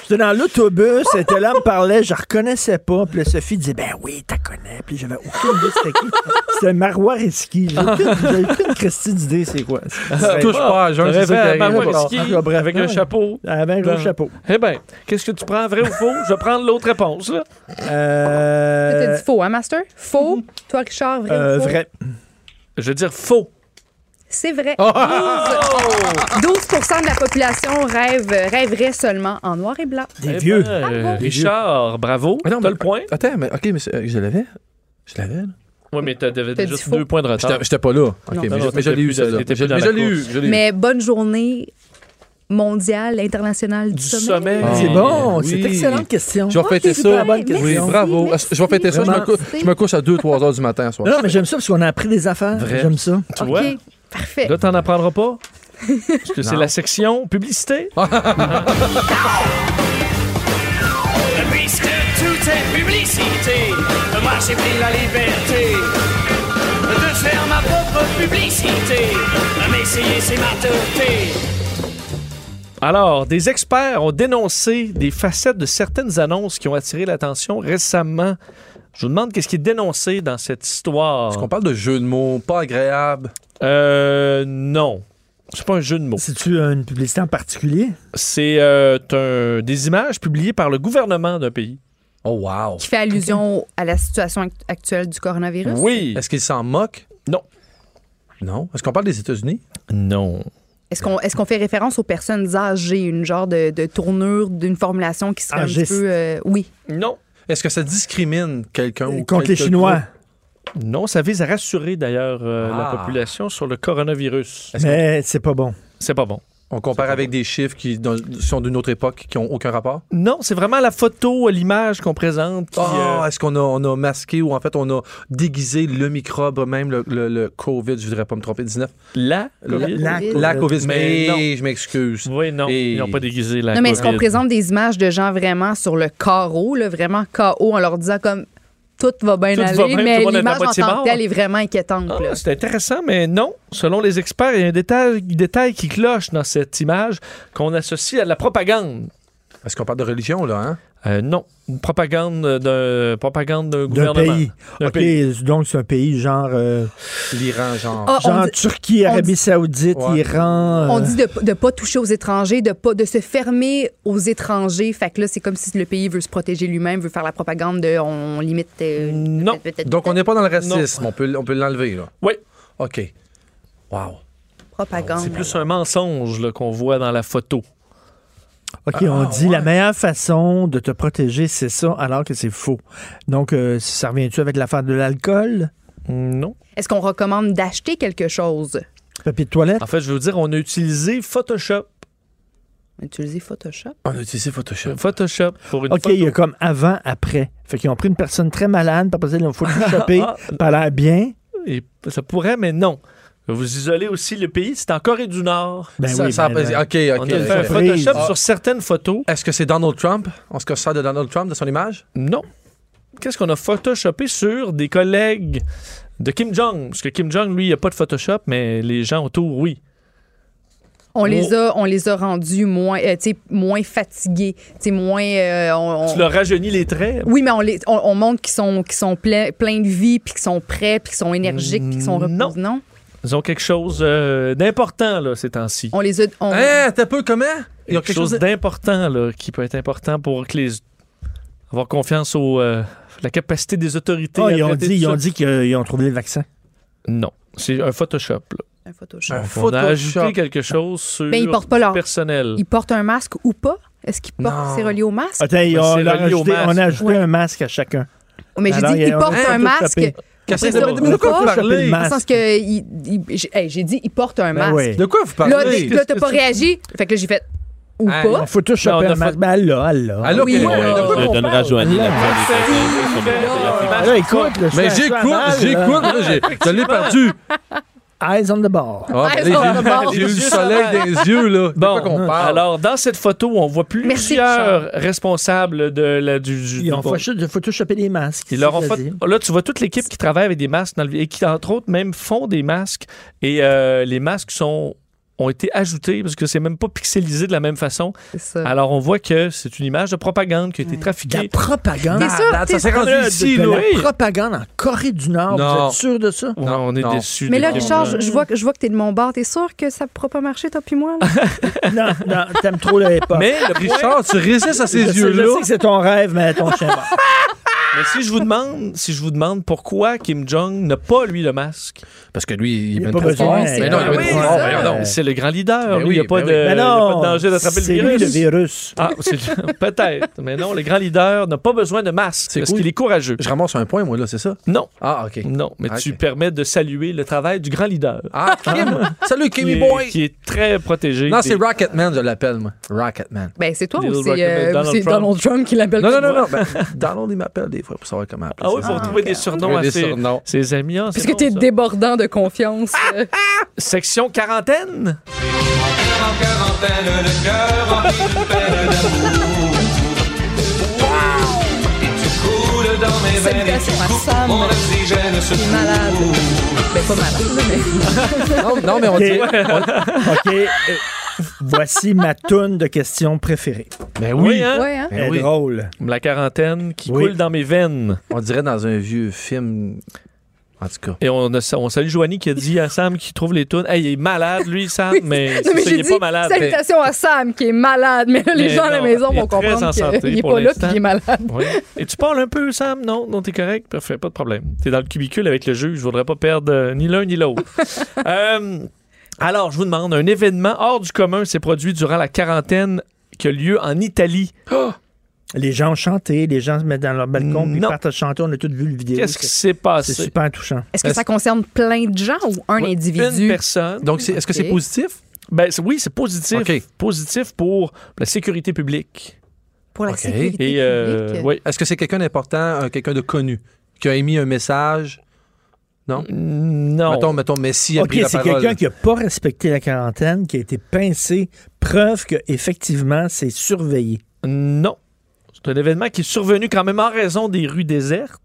Speaker 4: J'étais dans l'autobus, elle était là, elle me parlait, je la reconnaissais pas. Puis là, Sophie disait, ben oui, t'as connais. Puis j'avais aucune idée c'était qui. C'était Marois Risky. J'ai aucune, j'ai aucune Christie d'idée,
Speaker 3: [LAUGHS]
Speaker 4: c'est quoi.
Speaker 5: Ça touche pas à
Speaker 3: T'as
Speaker 5: jeun, c'est
Speaker 3: rêvé
Speaker 5: ça
Speaker 3: à
Speaker 5: qui arrive.
Speaker 3: Marwalski
Speaker 4: Ah, bref,
Speaker 3: avec un
Speaker 4: ouais.
Speaker 3: chapeau.
Speaker 4: Elle avait un gros
Speaker 3: Ben.
Speaker 4: chapeau.
Speaker 3: Eh bien, qu'est-ce que tu prends, vrai ou faux? Je vais prendre l'autre réponse. là.
Speaker 4: [LAUGHS] Euh,
Speaker 6: T'as dit faux, hein, Master? Faux. Toi, Richard, vrai
Speaker 4: euh,
Speaker 6: ou faux?
Speaker 4: vrai.
Speaker 3: Je veux dire faux.
Speaker 6: C'est vrai.
Speaker 3: Oh!
Speaker 6: 12 de la population rêve, rêverait seulement en noir et blanc.
Speaker 4: Des
Speaker 3: Eh
Speaker 4: vieux.
Speaker 3: ben,
Speaker 6: Ah,
Speaker 3: Richard, bravo.
Speaker 5: Mais non,
Speaker 3: T'as
Speaker 5: mais-
Speaker 3: le point.
Speaker 5: Attends, mais OK, mais c'est- euh, je l'avais? Je l'avais, là?
Speaker 3: Oui, mais t'as t'avais
Speaker 6: T'as
Speaker 3: juste
Speaker 6: dit faux.
Speaker 3: deux points de retard.
Speaker 5: J'étais- J'étais pas là.
Speaker 6: Non,
Speaker 5: OK, mais
Speaker 3: non,
Speaker 5: je- mais je
Speaker 3: t'étais
Speaker 5: l'ai eu,
Speaker 3: plus dans-
Speaker 5: celle-là.
Speaker 3: t'étais
Speaker 5: Je
Speaker 3: plus dans
Speaker 5: mais je
Speaker 3: la
Speaker 5: l'ai eu, je l'ai eu.
Speaker 6: Mais bonne journée mondiale, internationale du,
Speaker 3: Du
Speaker 6: sommeil.
Speaker 3: sommeil.
Speaker 4: C'est bon,
Speaker 5: Ah, oui.
Speaker 4: c'est une excellente question.
Speaker 5: Je vais fêter
Speaker 6: c'est
Speaker 5: ça.
Speaker 6: pas la bonne
Speaker 5: Oui,
Speaker 6: question.
Speaker 5: bravo.
Speaker 6: Merci,
Speaker 5: Je vais fêter ça. Je me,
Speaker 4: merci.
Speaker 5: couche, je me couche à 2-3 heures du matin à soir.
Speaker 4: Non, non, mais j'aime ça parce qu'on a appris des affaires.
Speaker 5: Vrai.
Speaker 4: J'aime ça.
Speaker 3: Tu vois?
Speaker 6: OK, parfait.
Speaker 3: Là, t'en apprendras pas. Parce que c'est la section [LAUGHS] publicité.
Speaker 9: Tout est publicité, moi j'ai pris la liberté de faire ma propre publicité. Mais essayer, c'est ma teuté.
Speaker 3: Alors, des experts ont dénoncé des facettes de certaines annonces qui ont attiré l'attention récemment. Je vous demande qu'est-ce qui est dénoncé dans cette histoire.
Speaker 5: Est-ce qu'on parle de jeu de mots pas agréable?
Speaker 3: Euh, non. C'est pas un jeu de mots.
Speaker 4: C'est-tu euh, une publicité en particulier?
Speaker 3: C'est euh, un- des images publiées par le gouvernement d'un pays.
Speaker 5: Oh, wow.
Speaker 6: Qui fait allusion à la situation act- actuelle du coronavirus.
Speaker 3: Oui.
Speaker 5: Est-ce qu'ils s'en moquent?
Speaker 3: Non.
Speaker 5: Non. Est-ce qu'on parle des États-Unis?
Speaker 3: Non.
Speaker 6: Est-ce qu'on est qu'on fait référence aux personnes âgées, une genre de, de tournure, d'une formulation qui serait un petit
Speaker 4: Âgiste.
Speaker 6: peu... euh, oui.
Speaker 3: Non.
Speaker 5: Est-ce que ça discrimine quelqu'un ou
Speaker 4: Euh, Contre les
Speaker 5: quelque
Speaker 4: Chinois.
Speaker 5: groupe?
Speaker 3: Non, ça vise à rassurer d'ailleurs euh,
Speaker 5: Ah.
Speaker 3: la population sur le coronavirus.
Speaker 5: Est-ce
Speaker 4: Mais c'est pas bon.
Speaker 3: C'est pas bon.
Speaker 5: On compare avec des chiffres qui dans- sont d'une autre époque, qui n'ont aucun rapport?
Speaker 3: Non, c'est vraiment la photo, euh, l'image qu'on présente. qui,
Speaker 5: Ah,
Speaker 3: euh,
Speaker 5: est-ce qu'on a, on a masqué ou en fait on a déguisé le microbe, même le, le- le COVID, je voudrais pas me tromper, 19?
Speaker 3: la, COVID.
Speaker 4: La-
Speaker 5: La COVID,
Speaker 3: Mais
Speaker 5: mais
Speaker 3: non.
Speaker 5: je m'excuse.
Speaker 3: Oui, non,
Speaker 5: Et-
Speaker 3: ils n'ont pas déguisé la
Speaker 6: Non, mais est-ce qu'on
Speaker 3: COVID.
Speaker 6: présente des images de gens vraiment sur le carreau, là, vraiment KO, en leur disant comme tout va bien
Speaker 3: Tout va bien,
Speaker 6: aller,
Speaker 3: tout
Speaker 6: mais
Speaker 3: le monde est à
Speaker 6: l'image en
Speaker 3: moitié
Speaker 6: tant
Speaker 3: mort.
Speaker 6: que telle est vraiment inquiétante.
Speaker 3: Ah,
Speaker 6: là.
Speaker 3: c'est intéressant, mais non. Selon les experts, il y a un détail, détail qui cloche dans cette image qu'on associe à de la propagande.
Speaker 5: Est-ce qu'on parle de religion, là? Hein?
Speaker 3: Euh, non, une propagande euh, d'un propagande d'un
Speaker 4: D'un
Speaker 3: gouvernement.
Speaker 4: pays.
Speaker 3: D'un
Speaker 4: OK,
Speaker 3: pays.
Speaker 4: donc c'est un pays genre, euh,
Speaker 5: L'Iran, genre.
Speaker 6: Ah, on
Speaker 4: genre
Speaker 6: dit-
Speaker 4: Turquie,
Speaker 6: on
Speaker 4: Arabie
Speaker 6: dit-
Speaker 4: Saoudite,
Speaker 5: Ouais.
Speaker 4: Iran.
Speaker 6: On
Speaker 4: euh,
Speaker 6: dit de ne pas toucher aux étrangers, de pas de se fermer aux étrangers. Fait que là, c'est comme si le pays veut se protéger lui-même, veut faire la propagande de on limite. euh,
Speaker 3: Non.
Speaker 6: peut-être-
Speaker 5: Donc on n'est pas dans le racisme,
Speaker 3: Oh. Non.
Speaker 5: on peut, on peut l'enlever, là.
Speaker 3: Oui.
Speaker 5: OK. Wow.
Speaker 6: propagande.
Speaker 3: C'est plus un mensonge là, qu'on voit dans la photo.
Speaker 4: OK,
Speaker 6: Ah,
Speaker 4: on dit la meilleure façon de te protéger, c'est ça, alors que c'est faux. Donc, euh, ça revient-tu avec l'affaire de l'alcool?
Speaker 3: Non.
Speaker 6: Est-ce qu'on recommande d'acheter quelque chose?
Speaker 4: Papier de toilette?
Speaker 3: En fait, je veux vous dire, on a utilisé Photoshop
Speaker 6: On a utilisé Photoshop.
Speaker 5: On a utilisé Photoshop.
Speaker 3: Photoshop pour une
Speaker 4: OK, il y a comme avant, après. Fait qu'ils ont pris une personne très malade, puis après ça, ils l'ont photoshopé, puis elle a l'air bien.
Speaker 3: Et ça pourrait, mais non. Vous isolez aussi le pays. C'est en Corée du Nord.
Speaker 4: Ben
Speaker 5: Ça-
Speaker 4: oui,
Speaker 5: ça- Ah,
Speaker 4: ben,
Speaker 5: OK,
Speaker 4: ben,
Speaker 3: On
Speaker 5: OK.
Speaker 3: a fait un
Speaker 5: ok.
Speaker 4: Surprise.
Speaker 3: Photoshop
Speaker 5: Ah.
Speaker 3: sur certaines photos.
Speaker 5: Est-ce que c'est Donald Trump? On se sert de Donald Trump, de son image?
Speaker 3: Non. Qu'est-ce qu'on a photoshopé sur des collègues de Kim Jong? Parce que Kim Jong, lui, il n'y a pas de Photoshop, mais les gens autour, oui.
Speaker 6: On les a, on les a rendus moins, euh, tu sais, moins fatigués, tu sais, moins. euh, on- on-
Speaker 3: Tu leur rajeunis les traits.
Speaker 6: Oui, mais on, les, on, on montre qu'ils sont, qu'ils sont pleins pleins de vie, puis qu'ils sont prêts, puis qu'ils sont énergiques, puis qu'ils sont
Speaker 3: Non.
Speaker 6: reposés. Non.
Speaker 3: Ils ont quelque chose euh, d'important, là, ces temps-ci.
Speaker 6: On les a. on-
Speaker 5: Hein, t'as peu comment? Il y a
Speaker 3: quelque, chose
Speaker 5: de-
Speaker 3: d'important là, qui peut être important pour que les avoir confiance au euh, la capacité des autorités.
Speaker 4: Ah,
Speaker 3: à
Speaker 4: ils ont
Speaker 3: traiter
Speaker 4: dit,
Speaker 3: tout
Speaker 4: ils ont
Speaker 3: ça.
Speaker 4: dit qu'ils ont trouvé le vaccin.
Speaker 3: non, c'est un Photoshop. là.
Speaker 6: Un Photoshop.
Speaker 5: Un
Speaker 3: On a
Speaker 5: Photoshop.
Speaker 3: ajouté quelque chose sur
Speaker 6: Ben, ils portent pas leur-
Speaker 3: personnel.
Speaker 6: Ils portent un masque ou pas? Est-ce qu'ils
Speaker 5: Non.
Speaker 6: portent, c'est Ah, relié au masque?
Speaker 4: Attends, ils
Speaker 3: c'est
Speaker 4: ont- on,
Speaker 3: relié
Speaker 4: a
Speaker 3: au
Speaker 4: ajouté,
Speaker 3: masque.
Speaker 4: on a ajouté un masque à chacun.
Speaker 6: mais j'ai
Speaker 4: Ah, Alors,
Speaker 6: dit,
Speaker 4: il y a-
Speaker 6: ils
Speaker 4: on
Speaker 6: portent
Speaker 4: a
Speaker 6: un
Speaker 4: tout
Speaker 6: masque.
Speaker 4: tapé.
Speaker 5: Qu'est-ce
Speaker 6: Ils
Speaker 5: que-
Speaker 6: ont-
Speaker 5: mais de quoi
Speaker 6: ils
Speaker 5: vous
Speaker 6: ont-
Speaker 5: parlez?
Speaker 6: Dans le sens que. il- il- j'ai- hey, j'ai dit, ils portent un
Speaker 4: Ben
Speaker 6: masque.
Speaker 4: oui.
Speaker 5: De quoi vous
Speaker 6: Là, dès-
Speaker 5: parlez?
Speaker 6: là, t'as pas réagi. Fait que là, j'ai fait. Ou
Speaker 5: Hey,
Speaker 6: pas.
Speaker 4: On photoshopé
Speaker 3: Non, on a
Speaker 4: un masque.
Speaker 3: fait-
Speaker 4: Ben là, elle l'a.
Speaker 5: Allô,
Speaker 6: Oui,
Speaker 5: quel-
Speaker 6: ouais,
Speaker 5: Ah, de quoi
Speaker 6: ouais.
Speaker 7: Je
Speaker 5: qu'on
Speaker 7: donnerai à
Speaker 5: parle?
Speaker 7: Joanie la
Speaker 4: Là, écoute, là, je
Speaker 5: Mais
Speaker 4: suis
Speaker 5: j'écoute,
Speaker 4: à cheval, là.
Speaker 5: j'écoute, là, j'ai- je l'ai perdu.
Speaker 4: Eyes on the ball.
Speaker 5: Ah,
Speaker 6: Ah,
Speaker 5: ben,
Speaker 6: ils
Speaker 5: là,
Speaker 6: sont
Speaker 5: j'ai-
Speaker 6: de bord.
Speaker 5: j'ai eu
Speaker 3: Les
Speaker 5: le
Speaker 3: yeux
Speaker 5: soleil
Speaker 3: sauvages.
Speaker 5: dans les yeux, là. De quoi qu'on
Speaker 3: Bon,
Speaker 5: parle?
Speaker 3: alors dans cette photo, on voit plusieurs
Speaker 6: Merci,
Speaker 3: responsables de la, du, du-
Speaker 4: Ils ont
Speaker 3: du-
Speaker 4: photoshopé- de photoshopé des masques.
Speaker 3: Ils leur ont
Speaker 4: c'est
Speaker 3: fait-
Speaker 4: dit.
Speaker 3: Là, tu vois toute l'équipe qui travaille avec des masques dans le- et qui, entre autres, même font des masques. Et euh, les masques sont ont été ajoutés parce que c'est même pas pixelisé de la même façon.
Speaker 6: C'est ça.
Speaker 3: Alors, on voit que c'est une image de propagande qui a été
Speaker 4: De Euh. la
Speaker 3: trafiquée.
Speaker 4: propagande.
Speaker 6: T'es sûr?
Speaker 5: Malade,
Speaker 6: t'es-
Speaker 5: ça s'est rendu
Speaker 3: là,
Speaker 5: ici,
Speaker 4: de
Speaker 5: là.
Speaker 4: la propagande en Corée du Nord.
Speaker 5: Non.
Speaker 4: Vous êtes sûr de ça?
Speaker 3: Ouais, on est
Speaker 5: non.
Speaker 3: déçus.
Speaker 6: Mais
Speaker 3: de
Speaker 6: là,
Speaker 3: Kim
Speaker 6: Richard,
Speaker 3: Jong.
Speaker 6: je, je vois, que- je vois que t'es de mon bord. T'es sûr que ça pourra pas marcher, toi
Speaker 3: [LAUGHS]
Speaker 6: puis moi? là?
Speaker 4: non, non, t'aimes trop la hip-hop.
Speaker 3: Mais, le point-
Speaker 5: Richard, tu résistes à
Speaker 4: Je
Speaker 5: ces
Speaker 4: sais- Je
Speaker 5: yeux-là.
Speaker 4: sais que c'est ton rêve, mais ton chien
Speaker 3: Euh,
Speaker 4: mort.
Speaker 3: mais si je vous demande, si je vous demande pourquoi Kim Jong n'a pas lui le masque, Ah
Speaker 5: Parce que lui, il
Speaker 4: Il
Speaker 5: met
Speaker 4: n'y a
Speaker 5: une
Speaker 4: pas
Speaker 5: prof-
Speaker 4: besoin.
Speaker 6: Mais
Speaker 5: non, il y a
Speaker 4: Euh,
Speaker 5: pas de
Speaker 4: oui,
Speaker 5: problème.
Speaker 4: c'est
Speaker 5: Voyons
Speaker 4: ça.
Speaker 5: donc.
Speaker 3: c'est le grand leader.
Speaker 5: Ben
Speaker 3: lui, il n'y a,
Speaker 5: oui,
Speaker 3: pas
Speaker 5: ben
Speaker 3: de-
Speaker 5: oui.
Speaker 3: il y
Speaker 4: Mais
Speaker 3: a
Speaker 4: non,
Speaker 3: pas de danger d'attraper le
Speaker 4: c'est lui
Speaker 3: virus.
Speaker 4: le virus.
Speaker 3: Ah, c'est- [LAUGHS] peut-être, mais non, le grand leader n'a pas besoin de masque
Speaker 5: C'est
Speaker 3: parce
Speaker 5: cool.
Speaker 3: qu'il est courageux.
Speaker 5: Je ramasse un point, moi, là, c'est ça?
Speaker 3: Non,
Speaker 5: Ah, OK.
Speaker 3: Non, mais tu
Speaker 5: Ok.
Speaker 3: permets de saluer le travail du grand leader.
Speaker 5: Ah, Kim! Salut,
Speaker 3: qui,
Speaker 5: Kimmy
Speaker 3: est,
Speaker 5: Boy!
Speaker 3: qui est très protégé.
Speaker 5: Non,
Speaker 3: des-
Speaker 5: c'est Rocketman, je l'appelle, moi. Rocketman.
Speaker 6: Ben, c'est toi
Speaker 3: Little
Speaker 6: ou c'est
Speaker 3: Rocket,
Speaker 6: euh,
Speaker 3: Donald
Speaker 6: c'est
Speaker 3: Trump.
Speaker 6: Donald Trump qui l'appelle
Speaker 5: Non, non,
Speaker 6: comme
Speaker 5: non,
Speaker 6: moi?
Speaker 5: non. ben, Donald, il m'appelle des fois pour savoir comment appeler.
Speaker 3: Ah oui,
Speaker 5: ça.
Speaker 3: faut trouver des surnoms à
Speaker 5: Des
Speaker 3: ses,
Speaker 5: surnoms.
Speaker 3: ses amis. Ah,
Speaker 6: Parce
Speaker 3: c'est
Speaker 6: que
Speaker 3: bon,
Speaker 6: t'es
Speaker 3: ça.
Speaker 6: débordant de confiance. euh.
Speaker 3: Section
Speaker 6: [LAUGHS]
Speaker 3: quarantaine.
Speaker 6: Salutations à Sam. Qui est malade. Ben, pas malade, là, mais.
Speaker 5: Non, non, mais on
Speaker 4: OK.
Speaker 5: dit.
Speaker 3: [LAUGHS]
Speaker 4: OK. euh, Voici ma toune de questions préférée.
Speaker 5: Ben
Speaker 3: Oui, hein?
Speaker 6: Ouais, hein?
Speaker 5: Ben
Speaker 4: Elle est
Speaker 5: oui.
Speaker 4: drôle.
Speaker 3: La quarantaine qui
Speaker 4: Oui.
Speaker 3: coule dans mes veines.
Speaker 5: On dirait dans un vieux film. En tout cas.
Speaker 3: Et on, a- on salue Joanie qui a dit à Sam qui trouve les tunes. Hey, il est malade, lui, Sam, mais,
Speaker 6: Non,
Speaker 3: c'est
Speaker 6: mais
Speaker 3: ça,
Speaker 6: j'ai
Speaker 3: il est
Speaker 6: dit,
Speaker 3: pas malade.
Speaker 6: salutations à Sam qui est malade, mais là, les
Speaker 3: Mais
Speaker 6: gens à la
Speaker 3: non,
Speaker 6: maison
Speaker 3: il est
Speaker 6: vont
Speaker 3: très en
Speaker 6: comprendre
Speaker 3: santé
Speaker 6: qu'il n'est
Speaker 3: pour
Speaker 6: pas là
Speaker 3: l'instant.
Speaker 6: puis qu'il est malade.
Speaker 3: Oui. Et tu parles un peu, Sam? Non, non, t'es correct? Parfait, pas de problème. T'es dans le cubicule avec le juge, je voudrais pas perdre euh, ni l'un ni
Speaker 5: [LAUGHS]
Speaker 3: l'autre. Euh, alors, je vous demande, un événement hors du commun s'est produit durant la quarantaine qui a lieu en Italie.
Speaker 5: Eh
Speaker 4: Les gens ont chanté, les gens se mettent dans leur balcon, puis ils
Speaker 3: Non.
Speaker 4: partent chanter. On a tous vu le vidéo.
Speaker 3: Qu'est-ce qui
Speaker 4: C'est
Speaker 3: s'est
Speaker 4: c'est
Speaker 3: passé?
Speaker 4: super touchant.
Speaker 6: Est-ce que ça concerne plein de gens ou
Speaker 3: Ouais,
Speaker 6: un
Speaker 3: Une
Speaker 6: individu?
Speaker 3: personne.
Speaker 5: Donc, c'est- est-ce que c'est
Speaker 6: Ok.
Speaker 5: positif?
Speaker 3: Ben, c'est- oui, c'est positif.
Speaker 5: OK.
Speaker 3: Positif pour la sécurité publique.
Speaker 6: pour la
Speaker 5: Ok.
Speaker 6: sécurité
Speaker 3: Et, euh,
Speaker 6: publique.
Speaker 3: oui.
Speaker 5: Est-ce que c'est quelqu'un d'important, euh, quelqu'un de connu, qui a émis un message?
Speaker 3: Non.
Speaker 5: Mettons, mettons, Messi a
Speaker 4: OK,
Speaker 5: pris la
Speaker 4: c'est
Speaker 5: parole.
Speaker 4: quelqu'un qui n'a pas respecté la quarantaine, qui a été pincé. Preuve qu'effectivement, c'est surveillé.
Speaker 3: Non. C'est un événement qui est survenu quand même en raison des rues désertes.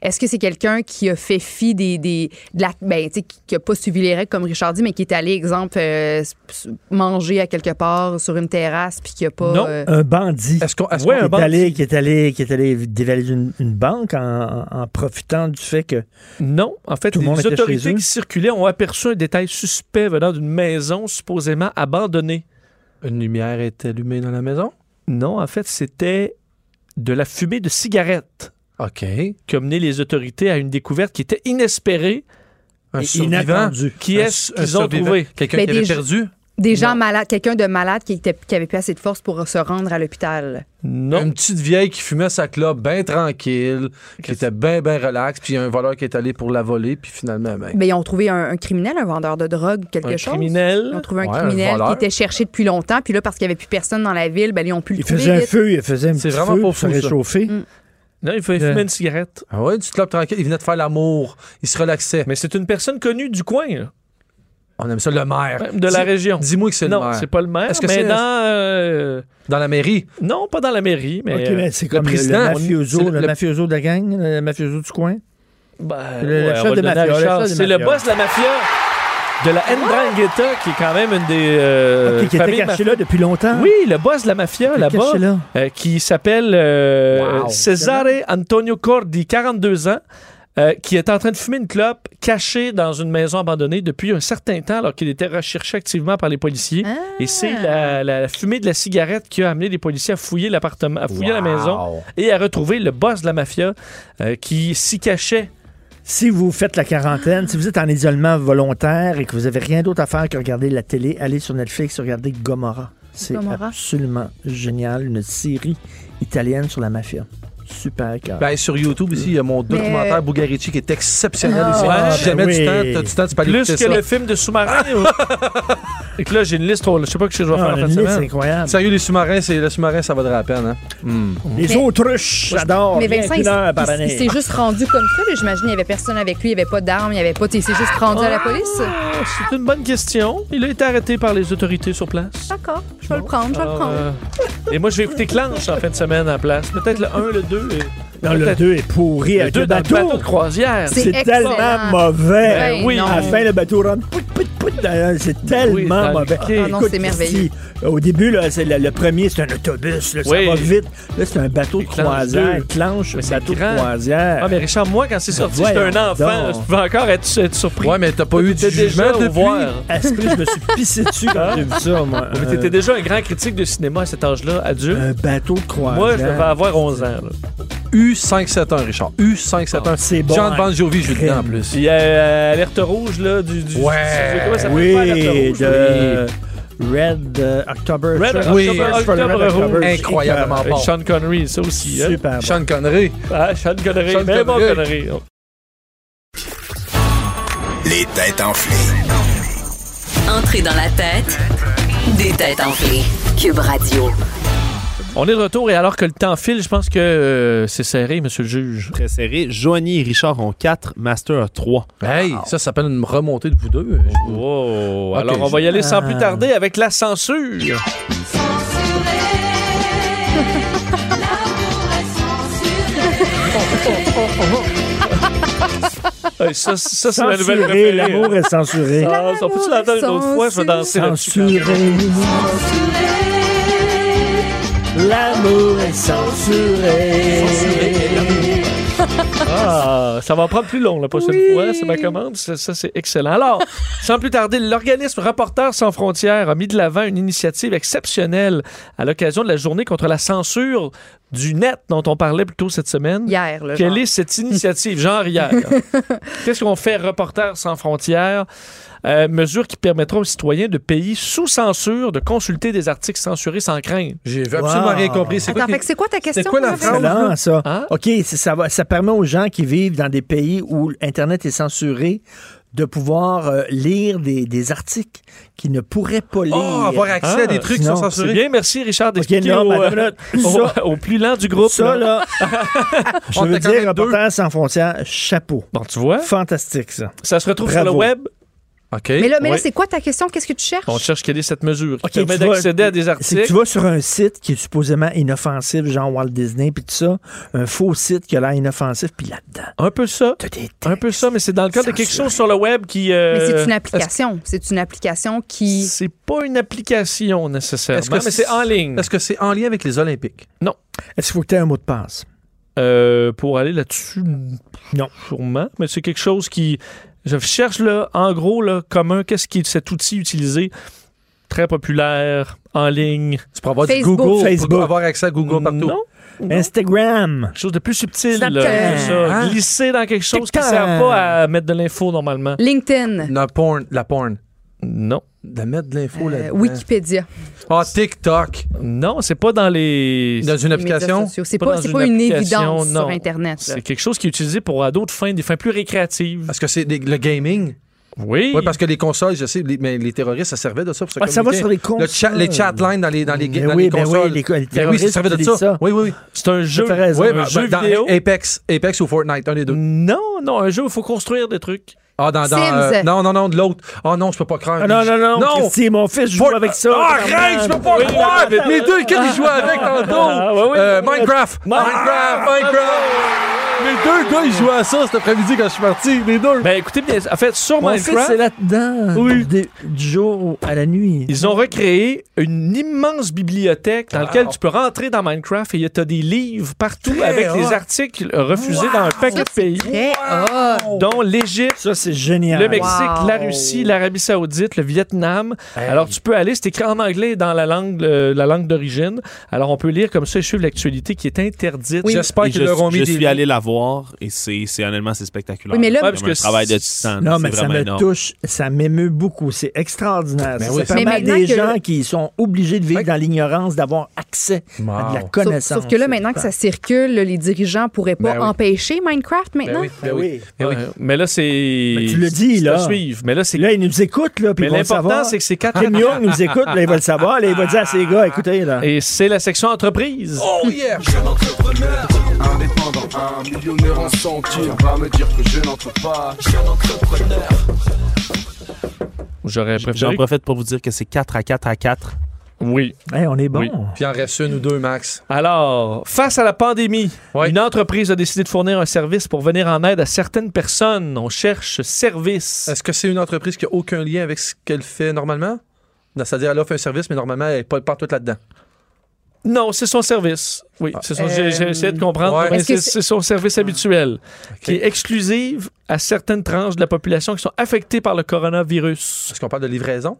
Speaker 6: Est-ce que c'est quelqu'un qui a fait fi des, des de la, ben, tu sais, qui- qui a pas suivi les règles comme Richard dit, mais qui est allé, exemple, euh, s- s- manger à quelque part sur une terrasse puis qui a pas.
Speaker 3: Non.
Speaker 6: euh,
Speaker 4: Un bandit.
Speaker 5: Est-ce qu'on. est-ce
Speaker 3: Ouais, un
Speaker 5: qu'on-
Speaker 4: qui est
Speaker 3: bandit.
Speaker 4: allé, qui est allé, qui est allé dévaliser une, une banque en, en- en profitant du fait que
Speaker 3: Non, en fait,
Speaker 4: Tout le
Speaker 3: les
Speaker 4: monde était chez
Speaker 3: autorités
Speaker 4: eux.
Speaker 3: qui circulaient ont aperçu un détail suspect venant d'une maison supposément abandonnée.
Speaker 5: Une lumière est allumée dans la maison?
Speaker 3: Non, en fait, c'était de la fumée de cigarettes
Speaker 5: OK.
Speaker 3: qui a mené les autorités à une découverte qui était inespérée.
Speaker 5: Un
Speaker 4: Et
Speaker 5: survivant.
Speaker 4: inattendu.
Speaker 3: Qui
Speaker 5: Un-
Speaker 3: est-ce
Speaker 5: un
Speaker 3: qu'ils ont
Speaker 5: survivant.
Speaker 3: trouvé?
Speaker 5: Quelqu'un
Speaker 6: Ben,
Speaker 5: qui avait
Speaker 6: des-
Speaker 5: perdu?
Speaker 6: Des gens malades, quelqu'un de malade qui, était, qui avait plus assez de force pour se rendre à l'hôpital.
Speaker 5: Une petite vieille qui fumait sa clope bien tranquille, qui était bien, bien relax, puis il y a un voleur qui est allé pour la voler, puis finalement, ben,
Speaker 6: Mais ils ont trouvé un, un criminel, un vendeur de drogue, quelque
Speaker 3: Un
Speaker 6: chose. Ils ont
Speaker 3: criminel.
Speaker 6: trouvé un
Speaker 5: Ouais, un
Speaker 6: criminel
Speaker 5: voleur.
Speaker 6: qui était cherché depuis longtemps, puis là, parce qu'il n'y avait plus personne dans la ville, ben, ils ont pu le
Speaker 4: Il
Speaker 6: trouver.
Speaker 4: faisait un
Speaker 6: vite.
Speaker 4: feu, il faisait un petit
Speaker 5: C'est vraiment
Speaker 4: feu
Speaker 5: pas
Speaker 4: pour se
Speaker 5: fou, ça.
Speaker 4: réchauffer.
Speaker 3: Non, il fallait
Speaker 4: Euh.
Speaker 3: fumer une cigarette.
Speaker 5: ah ouais, du clope tranquille, il venait de faire l'amour, il se relaxait.
Speaker 3: Mais c'est une personne connue du coin, là,
Speaker 5: On aime ça, le maire.
Speaker 3: de la
Speaker 5: Dis-
Speaker 3: région.
Speaker 5: Dis-moi que c'est le
Speaker 3: Non,
Speaker 5: maire.
Speaker 3: c'est pas le maire,
Speaker 5: Est-ce que
Speaker 3: mais
Speaker 5: c'est-
Speaker 3: dans... euh,
Speaker 5: Dans la mairie.
Speaker 3: non, pas dans la mairie, mais...
Speaker 4: Ok,
Speaker 3: euh,
Speaker 4: mais c'est comme le, le
Speaker 5: président,
Speaker 4: mafioso,
Speaker 5: c'est le-
Speaker 4: le,
Speaker 5: le-
Speaker 4: mafioso de la gang, le mafioso du coin.
Speaker 3: Ben,
Speaker 4: Le- le
Speaker 3: ouais, on
Speaker 4: chef
Speaker 3: va
Speaker 4: de
Speaker 3: donner à
Speaker 4: mafia, le
Speaker 3: Richard.
Speaker 4: chef de
Speaker 3: C'est le
Speaker 4: mafia.
Speaker 3: boss de la mafia de la Ndrangheta, qui est quand même une des euh,
Speaker 4: Ok, Ah, qui était
Speaker 3: familles
Speaker 4: caché là depuis
Speaker 3: maf-
Speaker 4: longtemps.
Speaker 3: Oui, le boss de la mafia là-bas,
Speaker 4: Caché là.
Speaker 3: euh, qui s'appelle euh,
Speaker 5: Wow.
Speaker 3: Cesare Antonio Cordi, 42 ans, euh, qui est en train de fumer une clope cachée dans une maison abandonnée depuis un certain temps, alors qu'il était recherché activement par les policiers.
Speaker 6: Ah.
Speaker 3: Et c'est la, la fumée de la cigarette qui a amené les policiers à fouiller l'appartement, à fouiller la maison et à retrouver le boss de la mafia euh, qui s'y cachait
Speaker 4: Si vous faites la quarantaine, si vous êtes en isolement volontaire et que vous avez rien d'autre à faire que regarder la télé, allez sur Netflix et regardez Gomorra. C'est
Speaker 6: Gomorrah.
Speaker 4: absolument génial. Une série italienne sur la mafia. Super cœur.
Speaker 5: Ben, sur YouTube aussi, il y a mon documentaire
Speaker 6: euh,
Speaker 5: Bugarici qui est exceptionnel aussi.
Speaker 4: Ah,
Speaker 5: si jamais
Speaker 4: ben
Speaker 5: du temps,
Speaker 4: oui.
Speaker 5: t'as du temps, tu peux aller
Speaker 3: Plus
Speaker 5: écouter
Speaker 3: que
Speaker 5: ça.
Speaker 3: le film de sous-marin. [LAUGHS] Et que là, j'ai une liste. oh, Je sais pas ce que je vais faire
Speaker 4: Ah,
Speaker 3: en
Speaker 4: une
Speaker 3: fin de
Speaker 4: liste
Speaker 3: semaine.
Speaker 4: incroyable.
Speaker 5: Sérieux, les sous-marins, c'est le sous-marin, ça vaudra la peine. Hein?
Speaker 3: Hmm.
Speaker 4: Les
Speaker 6: Mais-
Speaker 4: autruches, j'adore.
Speaker 6: Mais
Speaker 4: Bien
Speaker 6: Vincent, il,
Speaker 4: qu'une heure par
Speaker 6: il- il
Speaker 4: année.
Speaker 6: s'est juste rendu comme ça. là. J'imagine, il n'y avait personne avec lui, il n'y avait pas d'armes, il n'y avait pas. Il s'est juste rendu à la police.
Speaker 3: Ah, C'est une bonne question. Il a été arrêté par les autorités sur place.
Speaker 6: D'accord, je vais le prendre, je vais le
Speaker 3: Alors,
Speaker 6: Ah, prendre.
Speaker 3: euh, et moi, je vais écouter Clanche en fin de semaine à la place. Peut-être le 1, le 2. Et...
Speaker 4: Non, le
Speaker 3: peut-être
Speaker 4: 2 est pourri
Speaker 3: le
Speaker 4: avec
Speaker 3: 2
Speaker 4: le
Speaker 3: dans le bateau
Speaker 4: bateau.
Speaker 3: de croisière.
Speaker 6: C'est
Speaker 4: C'est
Speaker 6: excellent.
Speaker 4: tellement mauvais.
Speaker 6: Ben
Speaker 3: oui,
Speaker 6: non.
Speaker 4: Euh, À la fin, le bateau rentre. pout, pout, pout, euh, C'est tellement
Speaker 3: dans le
Speaker 4: mauvais.
Speaker 3: quai. Ah
Speaker 6: non,
Speaker 4: Écoute,
Speaker 6: c'est merveilleux.
Speaker 4: si, au début, là, c'est le, le premier, c'est un autobus. là,
Speaker 3: Oui.
Speaker 4: Ça va vite. Là, c'est un bateau de
Speaker 3: Et Clanche
Speaker 4: croisière.
Speaker 3: deux.
Speaker 4: Clanche,
Speaker 3: Mais c'est
Speaker 4: bateau de
Speaker 3: grand.
Speaker 4: croisière.
Speaker 3: Ah, mais Richard, moi, quand c'est sorti,
Speaker 4: Ben,
Speaker 3: j'étais un
Speaker 4: voyons
Speaker 3: enfant.
Speaker 4: donc.
Speaker 3: Je pouvais encore être, être surpris.
Speaker 5: Ouais, mais t'as pas eu de
Speaker 3: T'étais
Speaker 5: jugement
Speaker 3: déjà au
Speaker 5: depuis.
Speaker 3: voir.
Speaker 4: Est-ce que je me suis pissé dessus quand
Speaker 3: Ah.
Speaker 4: j'ai vu ça, moi? Euh,
Speaker 3: Mais t'étais déjà un grand critique de cinéma à cet âge-là, adulte.
Speaker 4: Un bateau de croisière.
Speaker 3: moi, je devais avoir 11 ans. là.
Speaker 5: U571, Richard.
Speaker 3: Ah,
Speaker 5: U571.
Speaker 4: c'est bon.
Speaker 5: Jean
Speaker 4: hein.
Speaker 5: de Banjovi, je lui dis en plus.
Speaker 3: Puis euh, Alerte Rouge, là, du. du
Speaker 5: Ouais.
Speaker 3: du- comment ça s'appelle
Speaker 4: Oui,
Speaker 3: pas, Alerte Rouge,
Speaker 4: de Red euh, October.
Speaker 3: Red
Speaker 4: Church.
Speaker 5: Oui.
Speaker 3: October,
Speaker 4: Red
Speaker 3: Octobre
Speaker 4: October.
Speaker 3: Rouge.
Speaker 5: Incroyablement
Speaker 3: Avec
Speaker 5: bon.
Speaker 3: Sean Connery, ça aussi. Hein?
Speaker 4: Super. bon.
Speaker 5: Sean Connery.
Speaker 3: Ah, Sean Connery,
Speaker 5: Sean
Speaker 3: mais bon
Speaker 5: Connery.
Speaker 3: Connery.
Speaker 2: Les têtes enflées.
Speaker 1: Entrée dans la tête des têtes enflées. Cube Radio.
Speaker 3: On est de retour et alors que le temps file, je pense que euh, c'est serré, monsieur le juge.
Speaker 7: Très serré. Joanie et Richard ont 4, Master a 3.
Speaker 5: Hey, ça s'appelle une remontée de vous deux.
Speaker 3: Wow.
Speaker 5: Ok.
Speaker 3: Oh, Alors on va y aller sans plus tarder avec la censure. Euh, ça, ça c'est ma nouvelle
Speaker 4: Censuré,
Speaker 3: préférée.
Speaker 4: l'amour est censuré.
Speaker 3: Ah, ça, on peut-tu l'entendre une autre fois? Je vais danser là-dessus.
Speaker 4: Censuré. L'amour est censuré.
Speaker 3: Ah, ça va en prendre plus long la prochaine fois. C'est ma commande. Ça, ça, c'est excellent. Alors, sans plus tarder, l'organisme Reporters sans frontières a mis de l'avant une initiative exceptionnelle à l'occasion de la journée contre la censure du net dont on parlait plus tôt cette semaine.
Speaker 6: Hier, là.
Speaker 3: Quelle
Speaker 6: genre.
Speaker 3: est cette initiative, genre hier? Qu'est-ce qu'on fait, Reporters sans frontières? Euh, mesure qui permettra aux citoyens de pays sous censure de consulter des articles censurés sans crainte.
Speaker 5: J'ai
Speaker 4: Wow.
Speaker 5: absolument rien compris. C'est quoi
Speaker 6: Attends,
Speaker 5: qui-
Speaker 6: fait que c'est quoi ta question?
Speaker 5: quoi la
Speaker 6: là,
Speaker 5: phrase?
Speaker 6: Vincent?
Speaker 4: Excellent, ça.
Speaker 3: Hein?
Speaker 4: OK, ça, ça va- ça permet aux gens qui vivent dans des pays où Internet est censuré de pouvoir euh, lire des, des articles qu'ils ne pourraient pas lire.
Speaker 5: Oh, avoir accès à
Speaker 3: Ah,
Speaker 5: des trucs qui
Speaker 4: sinon,
Speaker 5: sont
Speaker 3: C'est
Speaker 5: censurés.
Speaker 3: bien, merci Richard d'expliquer
Speaker 4: non,
Speaker 3: au, euh,
Speaker 4: madame, là,
Speaker 3: au-
Speaker 4: ça-
Speaker 3: au plus lent du groupe.
Speaker 4: ça,
Speaker 3: là.
Speaker 4: [LAUGHS] là, je
Speaker 5: On
Speaker 4: veux
Speaker 5: t'a quand même
Speaker 4: dire,
Speaker 5: deux. Hein?
Speaker 4: Reporters sans frontières, chapeau.
Speaker 3: Bon, tu vois,
Speaker 4: Fantastique, ça.
Speaker 3: ça se retrouve sur le
Speaker 4: Bravo.
Speaker 3: web.
Speaker 5: OK.
Speaker 6: Mais là, mais là,
Speaker 3: Oui.
Speaker 6: c'est quoi ta question? Qu'est-ce que tu cherches?
Speaker 3: On cherche quelle est cette mesure qui
Speaker 4: Ok,
Speaker 3: permet
Speaker 4: tu vas-
Speaker 3: d'accéder à des
Speaker 4: Si tu
Speaker 3: articles.
Speaker 4: vas sur un site qui est supposément inoffensif, genre Walt Disney, puis tout ça, un faux site qui a l'air inoffensif, puis là-dedans,
Speaker 3: Un peu ça.
Speaker 4: t'as des
Speaker 3: Un peu ça, mais c'est dans le cadre de quelque chose sur le web qui. euh,
Speaker 6: Mais c'est une
Speaker 3: est-ce-
Speaker 6: application. C'est une application qui.
Speaker 3: C'est pas une application nécessairement,
Speaker 5: Est-ce que
Speaker 3: mais c'est en ligne.
Speaker 5: Est-ce que c'est en lien avec les Olympiques?
Speaker 4: Est-ce qu'il faut que tu aies un mot de passe?
Speaker 3: Euh, pour aller là-dessus,
Speaker 4: Non.
Speaker 3: sûrement, mais c'est quelque chose qui. Je cherche là, en gros, là, commun, qu'est-ce qui est cet outil utilisé très populaire en ligne.
Speaker 5: Tu pourras avoir
Speaker 6: Facebook.
Speaker 5: du Google,
Speaker 4: Facebook.
Speaker 5: pour avoir accès à Google partout.
Speaker 3: Non, Non.
Speaker 4: Instagram.
Speaker 3: quelque chose de plus subtil.
Speaker 4: Snapchat.
Speaker 3: là, comme ça.
Speaker 5: Hein?
Speaker 3: Glisser dans quelque chose qui ne
Speaker 4: TikTok.
Speaker 3: sert pas à mettre de l'info normalement.
Speaker 6: LinkedIn.
Speaker 5: La porn. La porn.
Speaker 3: Non.
Speaker 5: De mettre de l'info
Speaker 6: Euh,
Speaker 5: là-dedans.
Speaker 6: Wikipédia.
Speaker 5: Ah, TikTok.
Speaker 3: Non, c'est pas dans les.
Speaker 5: Dans une
Speaker 6: les médias
Speaker 5: application.
Speaker 6: sociaux. C'est
Speaker 3: Pas
Speaker 6: pas,
Speaker 3: dans
Speaker 6: c'est
Speaker 3: une
Speaker 6: pas une
Speaker 3: application,
Speaker 6: évidence
Speaker 3: non.
Speaker 6: sur Internet. là.
Speaker 3: C'est quelque chose qui est utilisé pour à d'autres fins, des fins plus récréatives.
Speaker 5: Est-ce que c'est des- le gaming?
Speaker 3: Oui.
Speaker 5: Oui, parce que les consoles, je sais, les- mais les terroristes, ça servait de ça pour se
Speaker 4: Ah, ça va
Speaker 5: communiquer.
Speaker 4: sur les
Speaker 5: Le
Speaker 4: consoles.
Speaker 5: chat, les chatlines dans les, dans les,
Speaker 4: Ben
Speaker 5: dans
Speaker 4: oui,
Speaker 5: les
Speaker 4: ben oui,
Speaker 5: consoles.
Speaker 4: les co- les
Speaker 5: Ben oui, ça
Speaker 4: terroristes
Speaker 5: servait de
Speaker 4: utilisent
Speaker 5: ça.
Speaker 4: ça.
Speaker 5: Oui, oui, oui.
Speaker 3: C'est un jeu,
Speaker 4: t'as raison.
Speaker 3: un
Speaker 5: Oui, ben,
Speaker 3: jeu
Speaker 5: dans
Speaker 3: vidéo.
Speaker 5: Apex, Apex ou Fortnite, un des deux.
Speaker 3: Non, non, un jeu où il faut construire des trucs.
Speaker 5: Ah, dans, dans,
Speaker 6: Sims.
Speaker 5: euh, non, non, non, de l'autre. Ah non, je peux pas croire.
Speaker 4: Ah, non, non, non.
Speaker 5: Non!
Speaker 4: Christy, mon fils joue
Speaker 5: Fort-
Speaker 4: avec ça.
Speaker 5: Ah, arrête, je peux pas
Speaker 3: Oui,
Speaker 5: croire!
Speaker 3: mais-
Speaker 5: Les deux, qu'est-ce qu'ils jouaient avec tantôt?
Speaker 3: Ah, ouais, ouais.
Speaker 5: Euh, Minecraft! Minecraft! Minecraft!
Speaker 4: Ah,
Speaker 5: Les deux gars, ils jouaient à ça cet après-midi quand je suis parti. Les deux.
Speaker 3: Ben écoutez, bien, en fait, sur
Speaker 4: Mon fils
Speaker 3: Minecraft,
Speaker 4: est là-dedans.
Speaker 3: Oui.
Speaker 4: des- Du jour à la nuit.
Speaker 3: ils ont recréé une immense bibliothèque dans laquelle tu peux rentrer dans Minecraft et tu as des livres partout
Speaker 5: Très
Speaker 3: avec des
Speaker 5: hot.
Speaker 3: articles euh, refusés dans un paquet de pays,
Speaker 6: Très hot.
Speaker 3: dont l'Égypte,
Speaker 4: Ça, c'est génial.
Speaker 3: le Mexique,
Speaker 6: Wow.
Speaker 3: la Russie, l'Arabie Saoudite, le Vietnam. Alors tu peux aller, c'est écrit en anglais dans la langue, euh, la langue d'origine. Alors on peut lire comme ça et suivre l'actualité qui est interdite.
Speaker 5: J'espère
Speaker 7: Et
Speaker 5: qu'ils
Speaker 7: je,
Speaker 5: leur ont mis
Speaker 7: je
Speaker 5: des
Speaker 7: suis allé la voir et c'est c'est honnêtement c'est spectaculaire.
Speaker 6: Oui, mais là-
Speaker 7: C'est
Speaker 3: Ouais, parce
Speaker 7: un
Speaker 3: que
Speaker 7: travail de
Speaker 3: c'est-
Speaker 7: titan.
Speaker 4: Non, mais
Speaker 7: Ah, c'est
Speaker 4: ça
Speaker 7: vraiment
Speaker 4: me
Speaker 7: énorme.
Speaker 4: touche, ça m'émeut beaucoup. C'est extraordinaire.
Speaker 5: Ben
Speaker 4: ça
Speaker 5: oui,
Speaker 4: ça
Speaker 5: c'est-
Speaker 4: permet à
Speaker 6: Mais maintenant
Speaker 4: des
Speaker 6: que
Speaker 4: gens
Speaker 6: le-
Speaker 4: qui sont obligés de vivre
Speaker 5: Ouais.
Speaker 4: dans l'ignorance d'avoir accès à de la
Speaker 5: Wow.
Speaker 6: Sauf,
Speaker 4: connaissance.
Speaker 6: sauf que là, maintenant que ça circule, là, les dirigeants pourraient pas
Speaker 5: Ben oui.
Speaker 6: empêcher Minecraft
Speaker 5: Ben
Speaker 6: maintenant.
Speaker 5: oui, ben
Speaker 4: Ben
Speaker 5: oui.
Speaker 4: oui.
Speaker 5: Ben oui.
Speaker 3: Ouais, Mais là, c'est.
Speaker 4: Mais tu le dis,
Speaker 3: c'est
Speaker 4: là.
Speaker 3: à suivre. Mais là, c'est.
Speaker 4: Là, ils nous écoutent, là, puis
Speaker 3: Mais
Speaker 4: ils vont le
Speaker 3: l'important,
Speaker 4: savoir.
Speaker 3: c'est que c'est quand.
Speaker 4: Kim Young nous écoute, là, il va le savoir. Là, il va dire à ses gars, écoutez, là.
Speaker 3: Et c'est la section entreprise.
Speaker 5: Oh yeah!
Speaker 10: Indépendant, un millionnaire en centimes, va me dire que je n'entre pas.
Speaker 3: J'aurais
Speaker 7: J'en
Speaker 3: préféré.
Speaker 7: profite pour vous dire que c'est 4 à 4 à 4.
Speaker 3: Oui.
Speaker 4: Hey, on est bon.
Speaker 3: Oui.
Speaker 5: Puis il en reste une ou deux max.
Speaker 3: Alors, face à la pandémie,
Speaker 5: Ouais.
Speaker 3: une entreprise a décidé de fournir un service pour venir en aide à certaines personnes. On cherche service.
Speaker 5: Est-ce que c'est une entreprise qui n'a aucun lien avec ce qu'elle fait normalement? Non, C'est-à-dire, elle offre un service, mais normalement, elle n'est pas partout là-dedans.
Speaker 3: Non, c'est son service. Oui, c'est son. j'ai- J'ai essayé de comprendre.
Speaker 5: Ouais.
Speaker 3: mais
Speaker 6: Est-ce que
Speaker 3: c'est
Speaker 6: c'est-
Speaker 3: c'est son service habituel, qui est exclusive à certaines tranches de la population qui sont affectées par le coronavirus.
Speaker 5: Est-ce qu'on parle de livraison?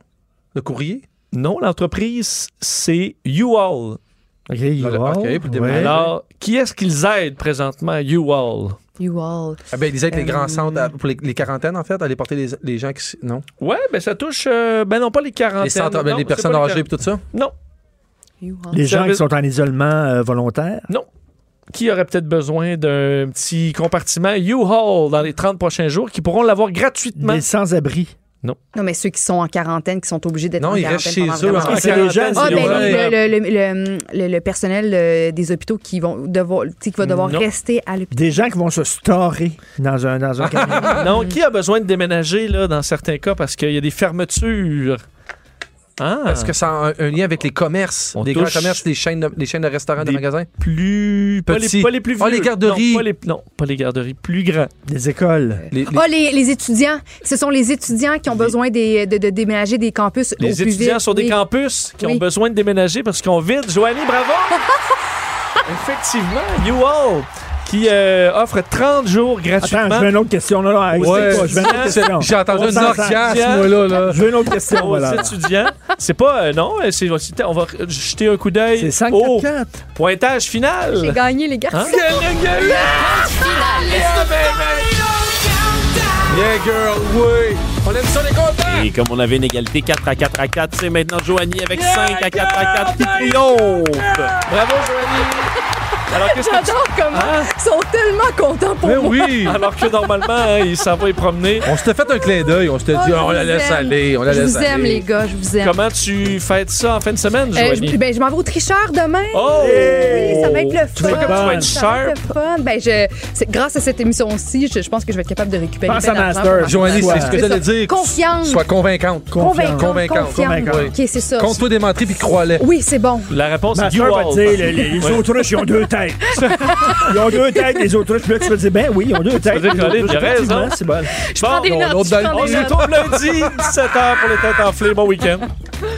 Speaker 5: De courrier?
Speaker 3: Non, l'entreprise, c'est U-All.
Speaker 4: OK, il
Speaker 5: Dans le
Speaker 4: va.
Speaker 5: parquet, pour le
Speaker 3: Eh
Speaker 5: démarrer.
Speaker 4: Ouais.
Speaker 3: Alors, qui est-ce qu'ils aident présentement, U-All?
Speaker 6: [LAUGHS] You all.
Speaker 5: Ah ben, ils aident les
Speaker 6: Euh,
Speaker 5: grands centres à- pour les, les quarantaines, en fait, à aller porter les, les gens qui. s- Non?
Speaker 3: Ouais, ben ça touche, euh, ben non, pas les 40
Speaker 5: Les, centres, ben, les personnes âgées et tout ça?
Speaker 3: Non,
Speaker 6: You all.
Speaker 4: Les gens
Speaker 3: Service-
Speaker 4: qui sont en isolement euh, volontaire.
Speaker 3: qui aurait peut-être besoin d'un petit compartiment U-Haul dans les 30 prochains jours, qui pourront l'avoir gratuitement.
Speaker 4: Des sans-abri.
Speaker 6: Non, mais ceux qui sont en quarantaine, qui sont obligés d'être
Speaker 5: Non,
Speaker 6: en
Speaker 5: ils
Speaker 6: quarantaine.
Speaker 5: restent chez
Speaker 6: pendant
Speaker 5: eux.
Speaker 6: vraiment
Speaker 5: en
Speaker 3: Ah,
Speaker 4: c'est les gens,
Speaker 3: quarantaine,
Speaker 6: Ah,
Speaker 4: c'est
Speaker 6: ben,
Speaker 4: les
Speaker 3: ouais.
Speaker 6: le, le- le- le- le personnel euh, des hôpitaux qui vont devoir, tu sais, qui va devoir
Speaker 3: Non.
Speaker 6: rester à l'hôpital.
Speaker 4: Des gens qui vont se storer dans un, dans un camion.
Speaker 3: Non, qui a besoin de déménager là, dans certains cas parce qu'il y a des fermetures? Ah,
Speaker 5: Est-ce que ça a un, un lien avec les commerces?
Speaker 3: On
Speaker 5: les grands
Speaker 3: touche-
Speaker 5: commerces, les chaînes de, les chaînes de restaurants,
Speaker 3: Des-
Speaker 5: de magasins?
Speaker 3: plus pas les,
Speaker 5: Petit.
Speaker 3: pas les plus vieux.
Speaker 5: Ah, les garderies.
Speaker 3: Non, pas les, non, pas les garderies, plus grands.
Speaker 4: des écoles.
Speaker 5: Les, les-
Speaker 6: Ah, les, les étudiants. Ce sont les étudiants qui ont besoin des- de, de déménager des campus. au
Speaker 3: Les
Speaker 6: plus
Speaker 3: étudiants
Speaker 6: vite.
Speaker 3: sur des
Speaker 6: Oui.
Speaker 3: campus qui ont
Speaker 6: Oui.
Speaker 3: besoin de déménager parce qu'on vide. Joanie,
Speaker 6: [LAUGHS]
Speaker 3: bravo! Effectivement, You All, qui euh, offre 30 jours gratuitement.
Speaker 4: Attends, je veux une autre question. Là, là. Hey,
Speaker 5: Ouais.
Speaker 4: c'est pas, je veux une autre question.
Speaker 5: J'ai entendu
Speaker 4: On
Speaker 5: une
Speaker 4: s'entend.
Speaker 5: orchiasse,
Speaker 3: Tiens.
Speaker 5: moi, là. là.
Speaker 4: Je veux une autre question.
Speaker 3: aux
Speaker 4: voilà.
Speaker 3: étudiants. C'est pas. euh, non, c'est, c'est- on va jeter un coup d'œil
Speaker 4: C'est 5
Speaker 3: au
Speaker 4: 4
Speaker 3: pointage final.
Speaker 6: J'ai gagné, les gars.
Speaker 3: Hein?
Speaker 5: Yeah, girl, oui! On aime ça, les contents!
Speaker 7: Et comme on avait une égalité 4 à 4 à 4, c'est maintenant Joanie avec 5 à 4 à 4 qui triomphe.
Speaker 3: Bravo, Joanie. Alors, qu'est-ce que tu-
Speaker 6: [LAUGHS] J'adore comment
Speaker 3: Hein?
Speaker 6: ils sont tellement contents pour
Speaker 5: Mais
Speaker 6: moi.
Speaker 5: oui!
Speaker 3: Alors que normalement, hein, il s'en va y promener.
Speaker 5: On s'était fait un clin d'œil, on s'était
Speaker 6: Ah,
Speaker 5: dit,
Speaker 6: je
Speaker 5: on la
Speaker 6: vous
Speaker 5: laisse
Speaker 6: aime.
Speaker 5: aller, on la
Speaker 6: Je
Speaker 5: laisse
Speaker 6: vous
Speaker 5: aller.
Speaker 6: aime, les gars. Je vous aime.
Speaker 3: Comment tu fêtes ça en fin de semaine,
Speaker 6: Euh,
Speaker 3: Joanie?
Speaker 6: je, ben, je m'en vais au tricheur demain.
Speaker 3: Oh!
Speaker 6: Oui, ça va être le
Speaker 3: Tu
Speaker 6: fun.
Speaker 3: vois comme tu vas être
Speaker 6: Ça va
Speaker 3: sharp.
Speaker 6: être le fun. Ben, je, c'est- grâce à cette émission-ci, je, je pense que je vais être capable de récupérer.
Speaker 4: Pense
Speaker 6: ben
Speaker 4: à
Speaker 6: d'argent
Speaker 4: Master.
Speaker 6: pour ma-
Speaker 5: Joanie, c'est ce que
Speaker 6: C'est
Speaker 5: j'allais
Speaker 6: ça.
Speaker 5: dire.
Speaker 6: Confiante.
Speaker 5: Sois convaincante.
Speaker 6: Convaincante.
Speaker 5: Convaincante.
Speaker 6: Confiante.
Speaker 5: Oui.
Speaker 6: OK, c'est ça.
Speaker 5: Compte-toi des menteries puis crois-les.
Speaker 6: Oui, c'est bon.
Speaker 3: La réponse
Speaker 4: Ma
Speaker 3: est you
Speaker 4: soeur va
Speaker 3: all.
Speaker 4: te dire, les, les- les autruches, ils ont
Speaker 3: [LAUGHS]
Speaker 4: deux têtes. Ils ont deux têtes, les autruches. Puis là, tu vas te dire, ben oui, ils ont deux têtes.
Speaker 3: Tu vas décoller,
Speaker 4: Les autruches,
Speaker 3: t'as raison.
Speaker 4: effectivement, C'est bon.
Speaker 6: Je prends des
Speaker 5: non,
Speaker 6: notes.
Speaker 5: l'autre
Speaker 6: je prends
Speaker 5: dans-
Speaker 3: On
Speaker 6: des
Speaker 3: se
Speaker 6: notes.
Speaker 3: retrouve lundi, 17h pour les têtes enflées. Bon week-end.